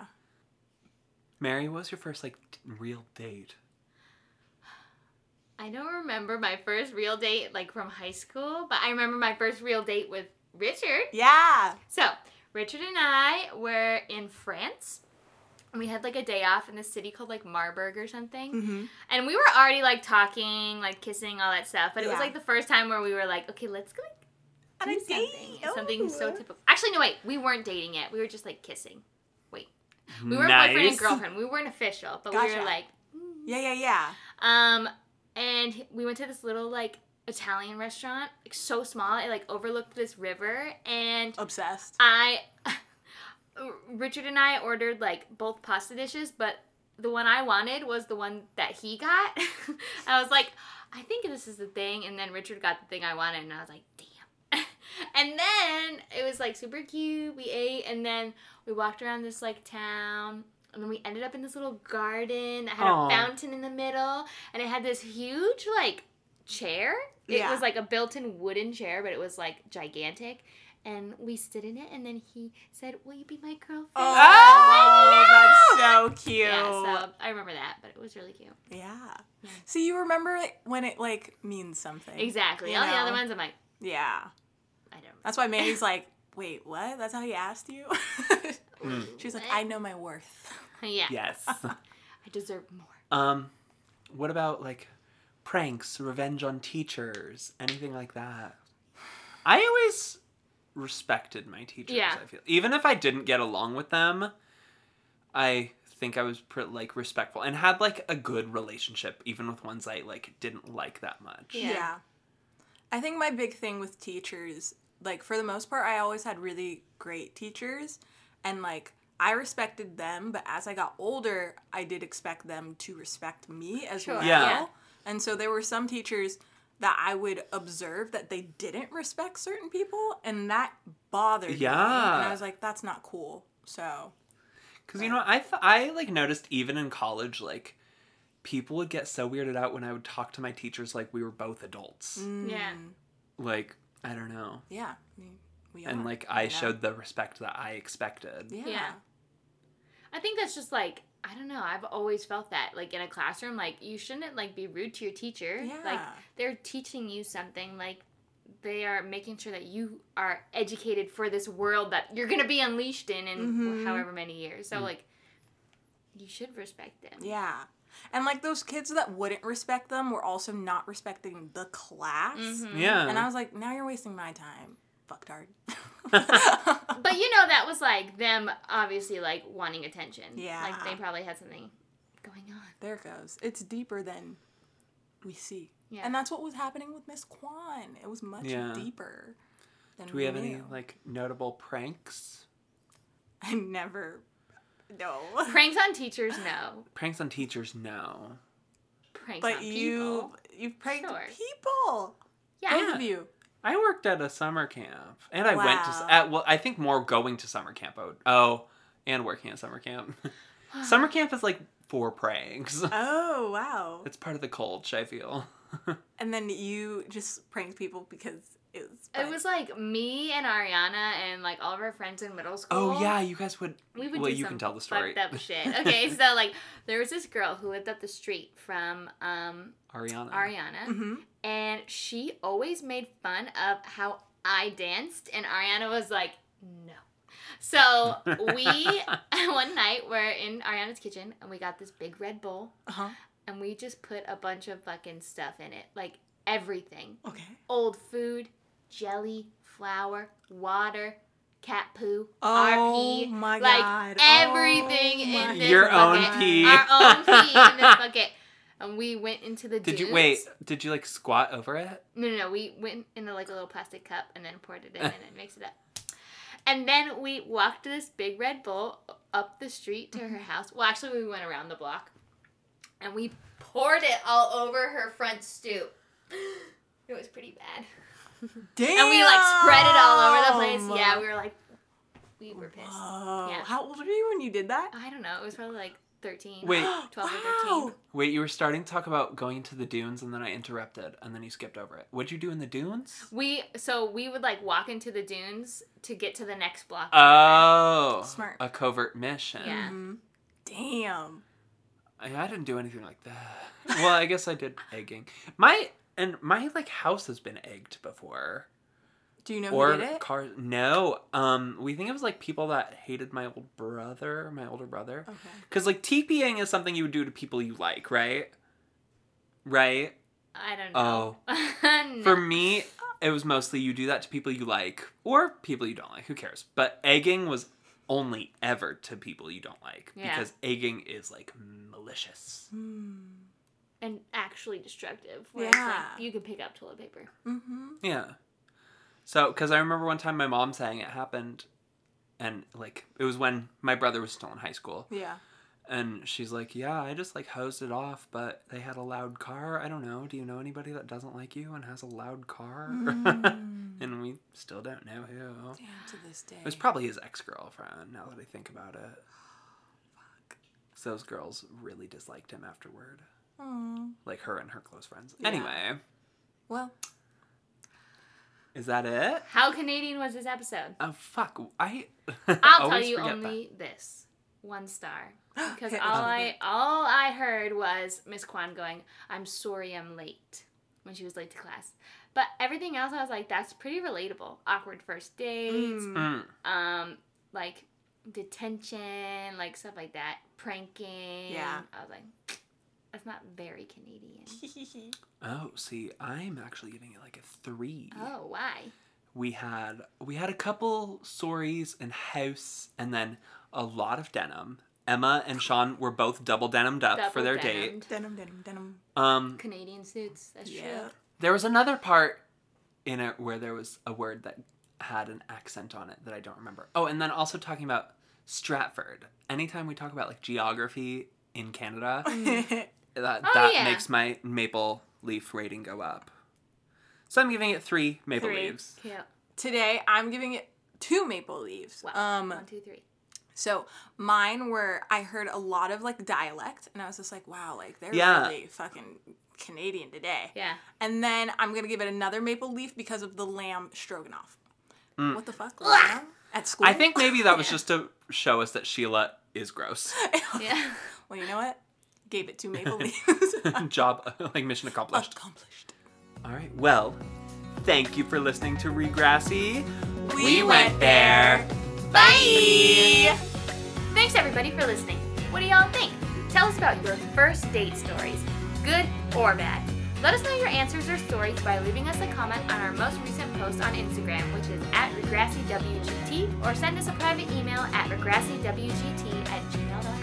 [SPEAKER 3] Mary, what was your first like t- real date?
[SPEAKER 2] I don't remember my first real date like from high school, but I remember my first real date with Richard.
[SPEAKER 1] Yeah.
[SPEAKER 2] So, Richard and I were in France. and We had like a day off in this city called like Marburg or something.
[SPEAKER 1] Mhm.
[SPEAKER 2] And we were already like talking, like kissing, all that stuff. But it was
[SPEAKER 1] Yeah.
[SPEAKER 2] like the first time where we were like, okay, let's go like,
[SPEAKER 1] On
[SPEAKER 2] do
[SPEAKER 1] a
[SPEAKER 2] something.
[SPEAKER 1] date.
[SPEAKER 2] And Something so
[SPEAKER 1] Ooh.
[SPEAKER 2] typical. Actually, no, wait. We weren't dating yet. We were just like kissing. Wait. We were boyfriend and girlfriend. We weren't official, but we
[SPEAKER 1] Gotcha.
[SPEAKER 2] were like,
[SPEAKER 1] Yeah, yeah, yeah.
[SPEAKER 2] um, and he- we went to this little like Italian restaurant, like so small, it like overlooked this river, and
[SPEAKER 1] Obsessed.
[SPEAKER 2] I, Richard and I ordered like both pasta dishes, but the one I wanted was the one that he got. I was like, I think this is the thing, and then Richard got the thing I wanted, and I was like, damn. and then it was like super cute. We ate, and then we walked around this like town. And then we ended up in this little garden that had
[SPEAKER 3] Aw.
[SPEAKER 2] a fountain in the middle, and it had this huge like chair. It
[SPEAKER 1] Yeah.
[SPEAKER 2] was like a built-in wooden chair, but it was like gigantic. And we stood in it, and then he said, "Will you be my girlfriend?"
[SPEAKER 1] Oh, that's so cute.
[SPEAKER 2] Yeah, Oh, so I remember that, but it was really cute.
[SPEAKER 1] Yeah. So you remember it when it like means something.
[SPEAKER 2] Exactly.
[SPEAKER 1] You
[SPEAKER 2] All the
[SPEAKER 1] know? Uh,
[SPEAKER 2] other ones, I'm like,
[SPEAKER 1] Yeah.
[SPEAKER 2] I don't. Remember.
[SPEAKER 1] That's why Mandy's like, wait, what? That's how he asked you? mm. She's like, I know my worth.
[SPEAKER 2] Yeah,
[SPEAKER 3] Yes.
[SPEAKER 2] I deserve more.
[SPEAKER 3] um, what about like pranks, revenge on teachers, anything like that? I always respected my teachers.
[SPEAKER 2] Yeah.
[SPEAKER 3] I feel even if I didn't get along with them, I think I was pretty like respectful and had like a good relationship, even with ones I like didn't like that much.
[SPEAKER 2] Yeah.
[SPEAKER 1] I think my big thing with teachers, like for the most part, I always had really great teachers and like I respected them, but as I got older, I did expect them to respect me as
[SPEAKER 2] Sure.
[SPEAKER 1] well.
[SPEAKER 3] Yeah.
[SPEAKER 2] Yeah.
[SPEAKER 1] And so there were some teachers that I would observe that they didn't respect certain people and that bothered me. And
[SPEAKER 3] Yeah.
[SPEAKER 1] I was like, that's not cool. So
[SPEAKER 3] Because you know, I th- I like noticed even in college, like people would get so weirded out when I would talk to my teachers like we were both adults.
[SPEAKER 2] Yeah.
[SPEAKER 1] mm,
[SPEAKER 3] Like I don't know,
[SPEAKER 1] Yeah. I mean, we
[SPEAKER 3] and
[SPEAKER 1] are,
[SPEAKER 3] like I
[SPEAKER 1] you know?
[SPEAKER 3] showed the respect that I expected.
[SPEAKER 1] Yeah.
[SPEAKER 2] Yeah. I think that's just like I don't know. I've always felt that like in a classroom, like you shouldn't like be rude to your teacher. Like
[SPEAKER 1] Yeah.
[SPEAKER 2] they're teaching you something. Like they are making sure that you are educated for this world that you're gonna be unleashed in in
[SPEAKER 1] Mhm.
[SPEAKER 2] however many years. So like you should respect them.
[SPEAKER 1] Yeah. And like those kids that wouldn't respect them were also not respecting the class.
[SPEAKER 2] Mhm.
[SPEAKER 3] Yeah.
[SPEAKER 1] Mm-hmm. And I was like, now you're wasting my time, fucktard.
[SPEAKER 2] But you know that was like them obviously like wanting attention.
[SPEAKER 1] Yeah.
[SPEAKER 2] Like they probably had something going on.
[SPEAKER 1] there it goes. It's deeper than we see.
[SPEAKER 2] Yeah.
[SPEAKER 1] And that's what was happening with Miss Kwan. It was much
[SPEAKER 3] Yeah.
[SPEAKER 1] deeper than
[SPEAKER 3] Do we have any
[SPEAKER 1] knew.
[SPEAKER 3] like notable pranks?
[SPEAKER 1] I never no.
[SPEAKER 2] Pranks on teachers, no.
[SPEAKER 3] Pranks on teachers, no.
[SPEAKER 2] Pranks
[SPEAKER 1] But
[SPEAKER 2] on
[SPEAKER 1] you
[SPEAKER 2] people.
[SPEAKER 1] you've pranked
[SPEAKER 2] Sure.
[SPEAKER 1] people.
[SPEAKER 2] Yeah.
[SPEAKER 1] Both of you.
[SPEAKER 3] I worked at a summer camp, and I went to s-
[SPEAKER 1] Wow.
[SPEAKER 3] at well, I think more going to summer camp. Oh, oh and working at summer camp. summer camp is like for pranks.
[SPEAKER 1] Oh wow.
[SPEAKER 3] It's part of the culture, I feel.
[SPEAKER 1] And then you just pranked people because it was
[SPEAKER 2] It
[SPEAKER 1] fun.
[SPEAKER 2] was like me and Ariana and like all of our friends in middle school.
[SPEAKER 3] Oh yeah, you guys would.
[SPEAKER 2] We would
[SPEAKER 3] well,
[SPEAKER 2] do
[SPEAKER 3] you
[SPEAKER 2] some
[SPEAKER 3] can tell the story.
[SPEAKER 2] fucked up shit. Okay, so like there was this girl who lived up the street from um
[SPEAKER 3] Ariana.
[SPEAKER 2] Ariana
[SPEAKER 1] Mhm.
[SPEAKER 2] and she always made fun of how I danced and Ariana was like No. So we one night were in Ariana's kitchen and we got this big red bowl
[SPEAKER 1] Uh-huh.
[SPEAKER 2] and we just put a bunch of fucking stuff in it, like everything.
[SPEAKER 1] Okay.
[SPEAKER 2] Old food, jelly, flour, water, cat poo,
[SPEAKER 1] Oh
[SPEAKER 2] RP,
[SPEAKER 1] my
[SPEAKER 2] like
[SPEAKER 1] God.
[SPEAKER 2] everything
[SPEAKER 1] Oh my
[SPEAKER 2] in this
[SPEAKER 3] Your own
[SPEAKER 2] bucket.
[SPEAKER 3] pee.
[SPEAKER 2] Our own pee in this bucket. And we went into the
[SPEAKER 3] Did you
[SPEAKER 2] dunes.
[SPEAKER 3] wait? Did you like squat over it?
[SPEAKER 2] No, no, no. We went in a, like a little plastic cup and then poured it in and then mixed it up. And then we walked this big red bull up the street to her house. Well, actually, we went around the block, and we poured it all over her front stoop. It was pretty bad,
[SPEAKER 1] Damn.
[SPEAKER 2] and we like spread it all over the place. Yeah, we were like, we were pissed.
[SPEAKER 1] Whoa.
[SPEAKER 2] Yeah. Oh,
[SPEAKER 1] How old were you when you did that?
[SPEAKER 2] I don't know. It was probably like thirteen,
[SPEAKER 3] Wait.
[SPEAKER 2] twelve or
[SPEAKER 1] wow.
[SPEAKER 2] thirteen.
[SPEAKER 3] Wait, you were starting to talk about going to the dunes and then I interrupted and then you skipped over it. What'd you do in the dunes?
[SPEAKER 2] We so we would like walk into the dunes to get to the next block.
[SPEAKER 3] Uh, Oh.
[SPEAKER 1] Smart.
[SPEAKER 3] A covert mission.
[SPEAKER 2] Yeah.
[SPEAKER 1] Mhm. Damn.
[SPEAKER 3] I, I didn't do anything like that. Well, I guess I did egging. My and my like house has been egged before.
[SPEAKER 1] Do you know
[SPEAKER 3] or
[SPEAKER 1] who did it?
[SPEAKER 3] cars no. Um we think it was like people that hated my old brother, my older brother.
[SPEAKER 1] Okay.
[SPEAKER 3] Cuz like TPing is something you would do to people you like, right? Right? Oh.
[SPEAKER 2] I don't know. No.
[SPEAKER 3] For me, it was mostly you do that to people you like or people you don't like. Who cares? But egging was only ever to people you don't like
[SPEAKER 2] Yeah.
[SPEAKER 3] because egging is like malicious.
[SPEAKER 1] Mm-hmm.
[SPEAKER 2] and actually destructive. Whereas, yeah.
[SPEAKER 1] Yeah.
[SPEAKER 2] Like, you can pick up toilet paper.
[SPEAKER 1] Mm-hmm.
[SPEAKER 3] Yeah. So, because I remember one time my mom saying it happened, and like it was when my brother was still in high school,
[SPEAKER 1] Yeah.
[SPEAKER 3] and she's like, "Yeah, I just like hosed it off, but they had a loud car. I don't know. Do you know anybody that doesn't like you and has a loud car?" and we still don't know who.
[SPEAKER 1] Damn to this day.
[SPEAKER 3] It was probably his ex girlfriend. Now that I think about it, So those girls really disliked him afterward,
[SPEAKER 1] Aw.
[SPEAKER 3] like her and her close friends.
[SPEAKER 1] Yeah.
[SPEAKER 3] Anyway,
[SPEAKER 1] Well,
[SPEAKER 3] is that it?
[SPEAKER 2] How Canadian was this episode?
[SPEAKER 3] Oh fuck! I
[SPEAKER 2] I'll tell
[SPEAKER 3] always
[SPEAKER 2] you
[SPEAKER 3] forget
[SPEAKER 2] only this one star because
[SPEAKER 1] Okay,
[SPEAKER 2] all
[SPEAKER 1] okay.
[SPEAKER 2] I all I heard was Miss Kwan going, "I'm sorry, I'm late," when she was late to class. But everything else, I was like, "That's pretty relatable." Awkward first dates,
[SPEAKER 3] that. Mm.
[SPEAKER 2] um, like detention, like stuff like that, pranking.
[SPEAKER 1] Yeah.
[SPEAKER 2] I was like, "That's not very Canadian."
[SPEAKER 3] Oh, see, I'm actually giving it like a three.
[SPEAKER 2] Oh, why?
[SPEAKER 3] We had we had a couple stories and house, and then a lot of denim. Emma and Sean were both double denimed up Uh, for their date.
[SPEAKER 2] Double-denimed.
[SPEAKER 1] denim, denim, denim.
[SPEAKER 3] Um,
[SPEAKER 2] Canadian suits. That's
[SPEAKER 1] Yeah.
[SPEAKER 2] true.
[SPEAKER 3] There was another part in it where there was a word that had an accent on it that I don't remember. Oh, and then also talking about Stratford. Anytime we talk about like geography in Canada, that,
[SPEAKER 2] Oh,
[SPEAKER 3] that
[SPEAKER 2] yeah.
[SPEAKER 3] makes my maple leaf rating go up. So I'm giving it three maple
[SPEAKER 1] Three.
[SPEAKER 3] leaves.
[SPEAKER 2] Yeah.
[SPEAKER 1] Today I'm giving it two maple leaves.
[SPEAKER 2] Wow.
[SPEAKER 1] Um,
[SPEAKER 2] One, two, three.
[SPEAKER 1] so mine were I heard a lot of like dialect, and I was just like, wow, like they're
[SPEAKER 3] Yeah.
[SPEAKER 1] really fucking Canadian today.
[SPEAKER 2] Yeah.
[SPEAKER 1] And then I'm gonna give it another maple leaf because of the lamb stroganoff. What the fuck? Lamb? At school?
[SPEAKER 3] I think maybe that was
[SPEAKER 2] Yeah.
[SPEAKER 3] just to show us that Sheila is gross.
[SPEAKER 2] Yeah.
[SPEAKER 1] Well, you know what? Gave it two maple leaves.
[SPEAKER 3] Job like mission accomplished.
[SPEAKER 1] Accomplished.
[SPEAKER 3] All right. Well, thank you for listening to Regrassy.
[SPEAKER 1] We went there.
[SPEAKER 2] Bye. Thanks everybody for listening. What do y'all think? Tell us about your first date stories, good or bad. Let us know your answers or stories by leaving us a comment on our most recent post on Instagram, which is at RegrassiWGT, or send us a private email at RegrassiWGT at gmail.com.